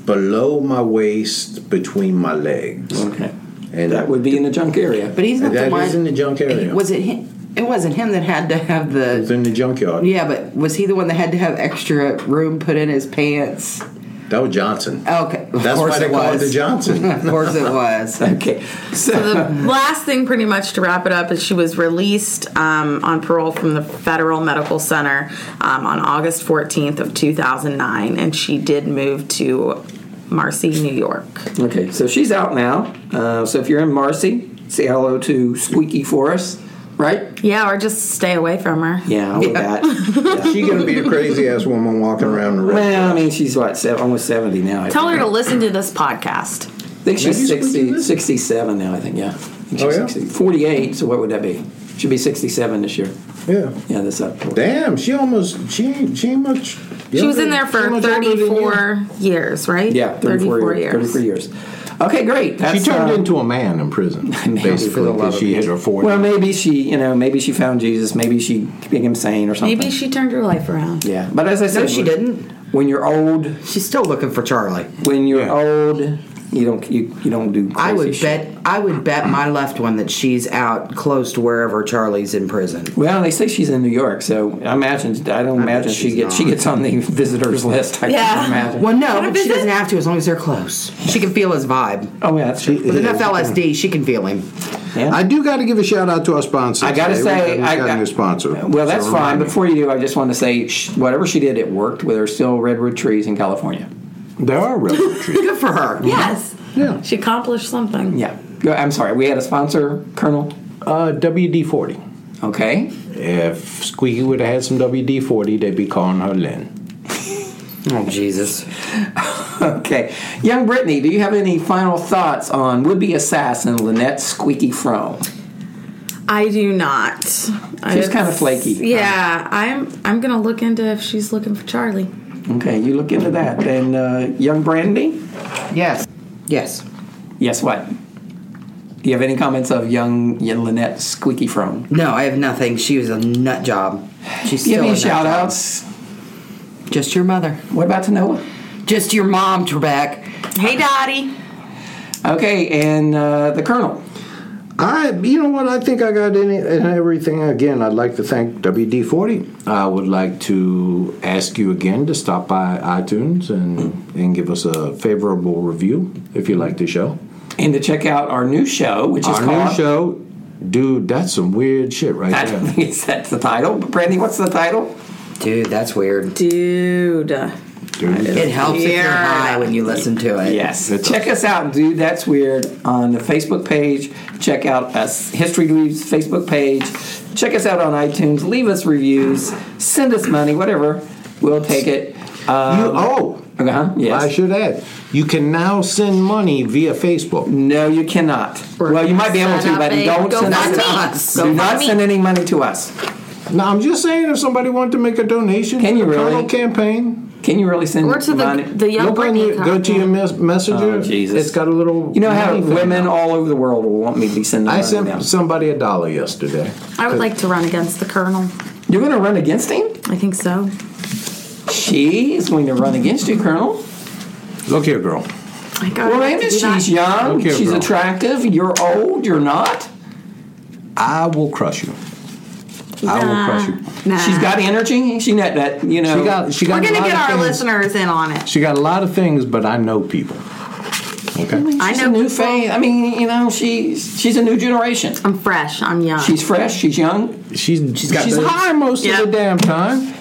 [SPEAKER 4] below my waist, between my legs.
[SPEAKER 1] Okay.
[SPEAKER 4] And
[SPEAKER 1] That would be in the junk area.
[SPEAKER 3] But he's not
[SPEAKER 4] That
[SPEAKER 3] the one.
[SPEAKER 4] is in the junk area.
[SPEAKER 3] Was it him? It wasn't him that had to have the.
[SPEAKER 4] It's in the junkyard.
[SPEAKER 3] Yeah, but was he the one that had to have extra room put in his pants? (laughs)
[SPEAKER 4] That was Johnson.
[SPEAKER 3] Okay, of
[SPEAKER 4] That's
[SPEAKER 3] course
[SPEAKER 4] why they
[SPEAKER 3] it
[SPEAKER 4] call it
[SPEAKER 3] was.
[SPEAKER 4] the Johnson.
[SPEAKER 1] (laughs)
[SPEAKER 3] Of course it was.
[SPEAKER 1] Okay. So,
[SPEAKER 2] So the last thing, pretty much to wrap it up, is she was released um, on parole from the Federal Medical Center um, on August 14th of 2009, and she did move to Marcy, New York.
[SPEAKER 1] okay. So she's out now. Uh, so if you're in Marcy, say hello to Squeaky for us, right?
[SPEAKER 2] Yeah, or just stay away from her.
[SPEAKER 1] Yeah, with that.
[SPEAKER 4] she gonna be the crazy ass woman walking around the
[SPEAKER 1] (laughs)
[SPEAKER 4] road.
[SPEAKER 1] Well, I mean, she's what, se- almost 70 now. I
[SPEAKER 2] Tell
[SPEAKER 1] think.
[SPEAKER 2] her to listen to this
[SPEAKER 1] I
[SPEAKER 2] podcast.
[SPEAKER 1] think she's
[SPEAKER 4] Maybe she's
[SPEAKER 1] 60,
[SPEAKER 4] with
[SPEAKER 1] 67 now, I think, yeah. I think
[SPEAKER 4] Oh,
[SPEAKER 1] she's
[SPEAKER 4] yeah?
[SPEAKER 1] 60 48, so what would that be? Should be 67 this year.
[SPEAKER 4] Yeah.
[SPEAKER 1] Yeah, that's up.
[SPEAKER 4] Damn, she almost she ain't she ain't much.
[SPEAKER 2] She was in there
[SPEAKER 4] She
[SPEAKER 2] for
[SPEAKER 4] much older than you.
[SPEAKER 2] 34 years, right?
[SPEAKER 1] Yeah, 34, years. 34 years. Okay, great. That's,
[SPEAKER 4] She turned
[SPEAKER 1] uh,
[SPEAKER 4] into a man
[SPEAKER 1] (laughs)
[SPEAKER 4] in prison,
[SPEAKER 1] for the
[SPEAKER 4] basically,
[SPEAKER 1] love
[SPEAKER 4] because
[SPEAKER 1] of
[SPEAKER 4] she hit her 40.
[SPEAKER 1] Well, maybe she, you know, maybe she found Jesus. Maybe she became sane or something.
[SPEAKER 2] Maybe she turned her life around.
[SPEAKER 1] Yeah, but as I said,
[SPEAKER 3] No, she didn't.
[SPEAKER 1] When you're old,
[SPEAKER 3] She's still looking for Charlie.
[SPEAKER 1] when you're old, you don't you, you don't do. Crazy
[SPEAKER 3] I would
[SPEAKER 1] shit.
[SPEAKER 3] bet. I would bet my left one that she's out close to wherever Charlie's in prison.
[SPEAKER 1] Well, they say she's in New York, so I imagine I don't imagine she
[SPEAKER 3] she's
[SPEAKER 1] gets she
[SPEAKER 3] not.
[SPEAKER 1] gets on the (laughs) visitors list. I
[SPEAKER 2] Yeah.
[SPEAKER 1] can't imagine.
[SPEAKER 3] Well, no, but she doesn't have to as long as they're close. She can feel his vibe.
[SPEAKER 1] Oh yeah, that's true.
[SPEAKER 3] With enough LSD, she can feel him.
[SPEAKER 4] I do got to give a shout out to our sponsor.
[SPEAKER 1] I gotta
[SPEAKER 4] today.
[SPEAKER 1] say,
[SPEAKER 4] we got, we
[SPEAKER 1] I
[SPEAKER 4] got
[SPEAKER 1] got-
[SPEAKER 4] a new sponsor.
[SPEAKER 1] Well, that's
[SPEAKER 4] So
[SPEAKER 1] fine.
[SPEAKER 4] remind me.
[SPEAKER 1] Before you do, I just want to say sh- whatever she did, it worked. Where there's still redwood trees in California.
[SPEAKER 4] there
[SPEAKER 1] (laughs)
[SPEAKER 4] are real trees.
[SPEAKER 3] Good
[SPEAKER 2] (laughs)
[SPEAKER 3] for her.
[SPEAKER 2] Yes.
[SPEAKER 4] Yeah.
[SPEAKER 2] She accomplished something.
[SPEAKER 1] Yeah. Go- I'm sorry. We had a sponsor, Colonel.
[SPEAKER 4] Uh, WD forty.
[SPEAKER 1] Okay.
[SPEAKER 4] If Squeaky would have had some WD forty, they'd be calling her Lynn.
[SPEAKER 3] Oh Jesus.
[SPEAKER 1] Okay. Young Brittany, do you have any final thoughts on would-be assassin Lynette Squeaky Frome?
[SPEAKER 2] I do not.
[SPEAKER 1] She's kinda flaky.
[SPEAKER 2] Yeah, I'm. I'm gonna look into if she's looking for Charlie.
[SPEAKER 1] Okay, you look into that. And uh, young Brandy?
[SPEAKER 3] Yes. Yes.
[SPEAKER 1] Yes, what? Do you have any comments of young, young Lynette Squeaky Frome?
[SPEAKER 3] No, I have nothing. She was a nut job. She's
[SPEAKER 1] Do you
[SPEAKER 3] still
[SPEAKER 1] have any
[SPEAKER 3] a nut job.
[SPEAKER 1] shout-outs?
[SPEAKER 3] Just your mother.
[SPEAKER 1] What about to Noah?
[SPEAKER 3] Just your mom, Trebek.
[SPEAKER 2] Hey, Dottie.
[SPEAKER 1] Okay, and uh, the Colonel.
[SPEAKER 4] I, you know what? I think I got in it and everything. Again, I'd like to thank WD forty. I would like to ask you again to stop by iTunes and and give us a favorable review if you like the show.
[SPEAKER 1] And to check out our new show, which is
[SPEAKER 4] Our
[SPEAKER 1] called...
[SPEAKER 4] new show, dude. That's some weird shit right
[SPEAKER 1] I
[SPEAKER 4] there.
[SPEAKER 1] don't think it's that's the title. Brandy, what's the title?
[SPEAKER 3] Dude, that's weird.
[SPEAKER 2] Dude.
[SPEAKER 3] It helps if you're high when you listen to it.
[SPEAKER 1] Yes. Check us out, dude. That's weird. On the Facebook page, check out us History Leaves Facebook page. Check us out on iTunes. Leave us reviews. Send us money. Whatever. We'll take it.
[SPEAKER 4] You,
[SPEAKER 1] Um,
[SPEAKER 4] oh,
[SPEAKER 1] uh-huh, yes.
[SPEAKER 4] I should add, you can now send money via Facebook.
[SPEAKER 1] no, you cannot.
[SPEAKER 2] We're
[SPEAKER 1] well, you
[SPEAKER 2] gonna
[SPEAKER 1] might be able
[SPEAKER 2] set
[SPEAKER 1] to,
[SPEAKER 2] up
[SPEAKER 1] but
[SPEAKER 2] a
[SPEAKER 1] don't send
[SPEAKER 2] GoFundMe.
[SPEAKER 1] us to us. Do not
[SPEAKER 2] GoFundMe.
[SPEAKER 1] send any money to us.
[SPEAKER 4] No, I'm just saying, if somebody wanted to make a donation,
[SPEAKER 1] Can you
[SPEAKER 4] for the
[SPEAKER 1] really?
[SPEAKER 4] Colonel campaign,
[SPEAKER 1] Can you really send
[SPEAKER 2] Or to
[SPEAKER 1] money?
[SPEAKER 2] the, the young
[SPEAKER 4] look on
[SPEAKER 2] Britney
[SPEAKER 4] your, go to your mes- messenger.
[SPEAKER 1] Oh, Jesus.
[SPEAKER 4] It's got a little.
[SPEAKER 1] you know how
[SPEAKER 4] money thing.
[SPEAKER 1] women all over the world will want me to be sending
[SPEAKER 4] I
[SPEAKER 1] money now.
[SPEAKER 4] sent somebody a dollar yesterday.
[SPEAKER 2] I would like to run against the colonel.
[SPEAKER 1] You're going to run against him?
[SPEAKER 2] I think so.
[SPEAKER 1] She is going to run against you, Colonel.
[SPEAKER 4] Look here, girl.
[SPEAKER 2] I got
[SPEAKER 1] Well,
[SPEAKER 2] I
[SPEAKER 1] wait a minute.
[SPEAKER 2] have to do
[SPEAKER 1] She's
[SPEAKER 2] that.
[SPEAKER 1] young.
[SPEAKER 4] Okay,
[SPEAKER 1] she's
[SPEAKER 4] girl.
[SPEAKER 1] attractive. You're old. You're not.
[SPEAKER 4] I will crush you. I will crush you.
[SPEAKER 2] Nah.
[SPEAKER 1] She's got energy. She not that you know.
[SPEAKER 4] She got. She got.
[SPEAKER 2] We're
[SPEAKER 4] a
[SPEAKER 2] gonna
[SPEAKER 4] lot
[SPEAKER 2] get
[SPEAKER 4] of
[SPEAKER 2] our
[SPEAKER 4] things.
[SPEAKER 2] listeners in on it.
[SPEAKER 4] She got a lot of things, but I know people. Okay.
[SPEAKER 2] I
[SPEAKER 1] she's a
[SPEAKER 2] know
[SPEAKER 1] new
[SPEAKER 2] people.
[SPEAKER 1] face. I mean, you know, she's she's a new generation.
[SPEAKER 2] I'm fresh. I'm young.
[SPEAKER 1] She's fresh. She's young.
[SPEAKER 4] She's she's,
[SPEAKER 1] got boobs.
[SPEAKER 4] high most
[SPEAKER 2] Yeah.
[SPEAKER 4] of the damn
[SPEAKER 2] (laughs)
[SPEAKER 4] time.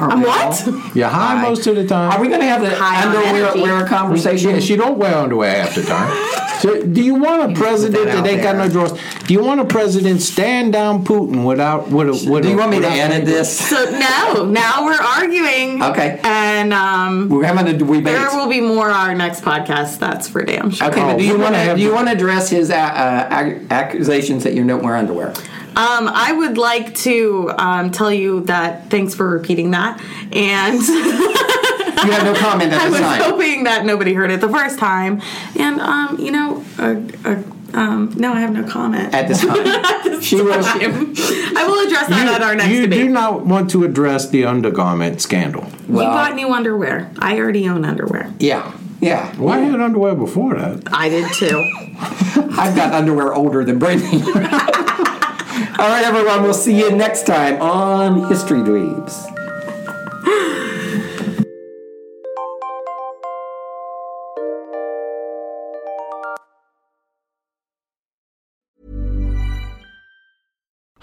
[SPEAKER 2] I'm Uh, what?
[SPEAKER 4] You're high, most of the time.
[SPEAKER 1] Are we going to have the
[SPEAKER 2] High on
[SPEAKER 1] underwear
[SPEAKER 2] energy.
[SPEAKER 1] wear conversation?
[SPEAKER 4] Yeah, she don't wear underwear half the time. So, do you want a president
[SPEAKER 3] that
[SPEAKER 4] that,
[SPEAKER 3] out
[SPEAKER 4] ain't got no
[SPEAKER 3] there.
[SPEAKER 4] drawers? Do you want a president stand down Putin without with a with
[SPEAKER 1] Do
[SPEAKER 4] a,
[SPEAKER 1] you want me to
[SPEAKER 4] without-
[SPEAKER 1] edit this?
[SPEAKER 2] So no, now we're arguing.
[SPEAKER 1] Okay.
[SPEAKER 2] And um,
[SPEAKER 1] We're having a debate.
[SPEAKER 2] there will be more our next podcast. That's for damn sure.
[SPEAKER 1] Okay,
[SPEAKER 4] Oh,
[SPEAKER 1] but do you
[SPEAKER 4] we're
[SPEAKER 1] want
[SPEAKER 4] gonna
[SPEAKER 1] to
[SPEAKER 4] have
[SPEAKER 1] do you
[SPEAKER 4] to-
[SPEAKER 1] want to address his uh, uh, ac- accusations that you don't wear underwear?
[SPEAKER 2] Um, I
[SPEAKER 8] (laughs)
[SPEAKER 2] would like to um, tell you that thanks for repeating that. And
[SPEAKER 9] You have no comment
[SPEAKER 2] (laughs)
[SPEAKER 9] at
[SPEAKER 8] I
[SPEAKER 9] this
[SPEAKER 8] was
[SPEAKER 9] time.
[SPEAKER 8] hoping that nobody heard it the first time, and um, you know, uh, uh, um, no, I have no comment
[SPEAKER 9] At
[SPEAKER 2] (laughs)
[SPEAKER 9] this time.
[SPEAKER 8] she will. I will address that at our next
[SPEAKER 4] you
[SPEAKER 8] debate.
[SPEAKER 4] do not want to address the undergarment scandal.
[SPEAKER 8] you bought new underwear. I already own underwear.
[SPEAKER 1] Yeah. Yeah.
[SPEAKER 4] Well, I had underwear before that.
[SPEAKER 8] I did too.
[SPEAKER 1] I've got underwear older than (laughs) Brittany. All right, everyone. We'll see you next time on History Dweebs.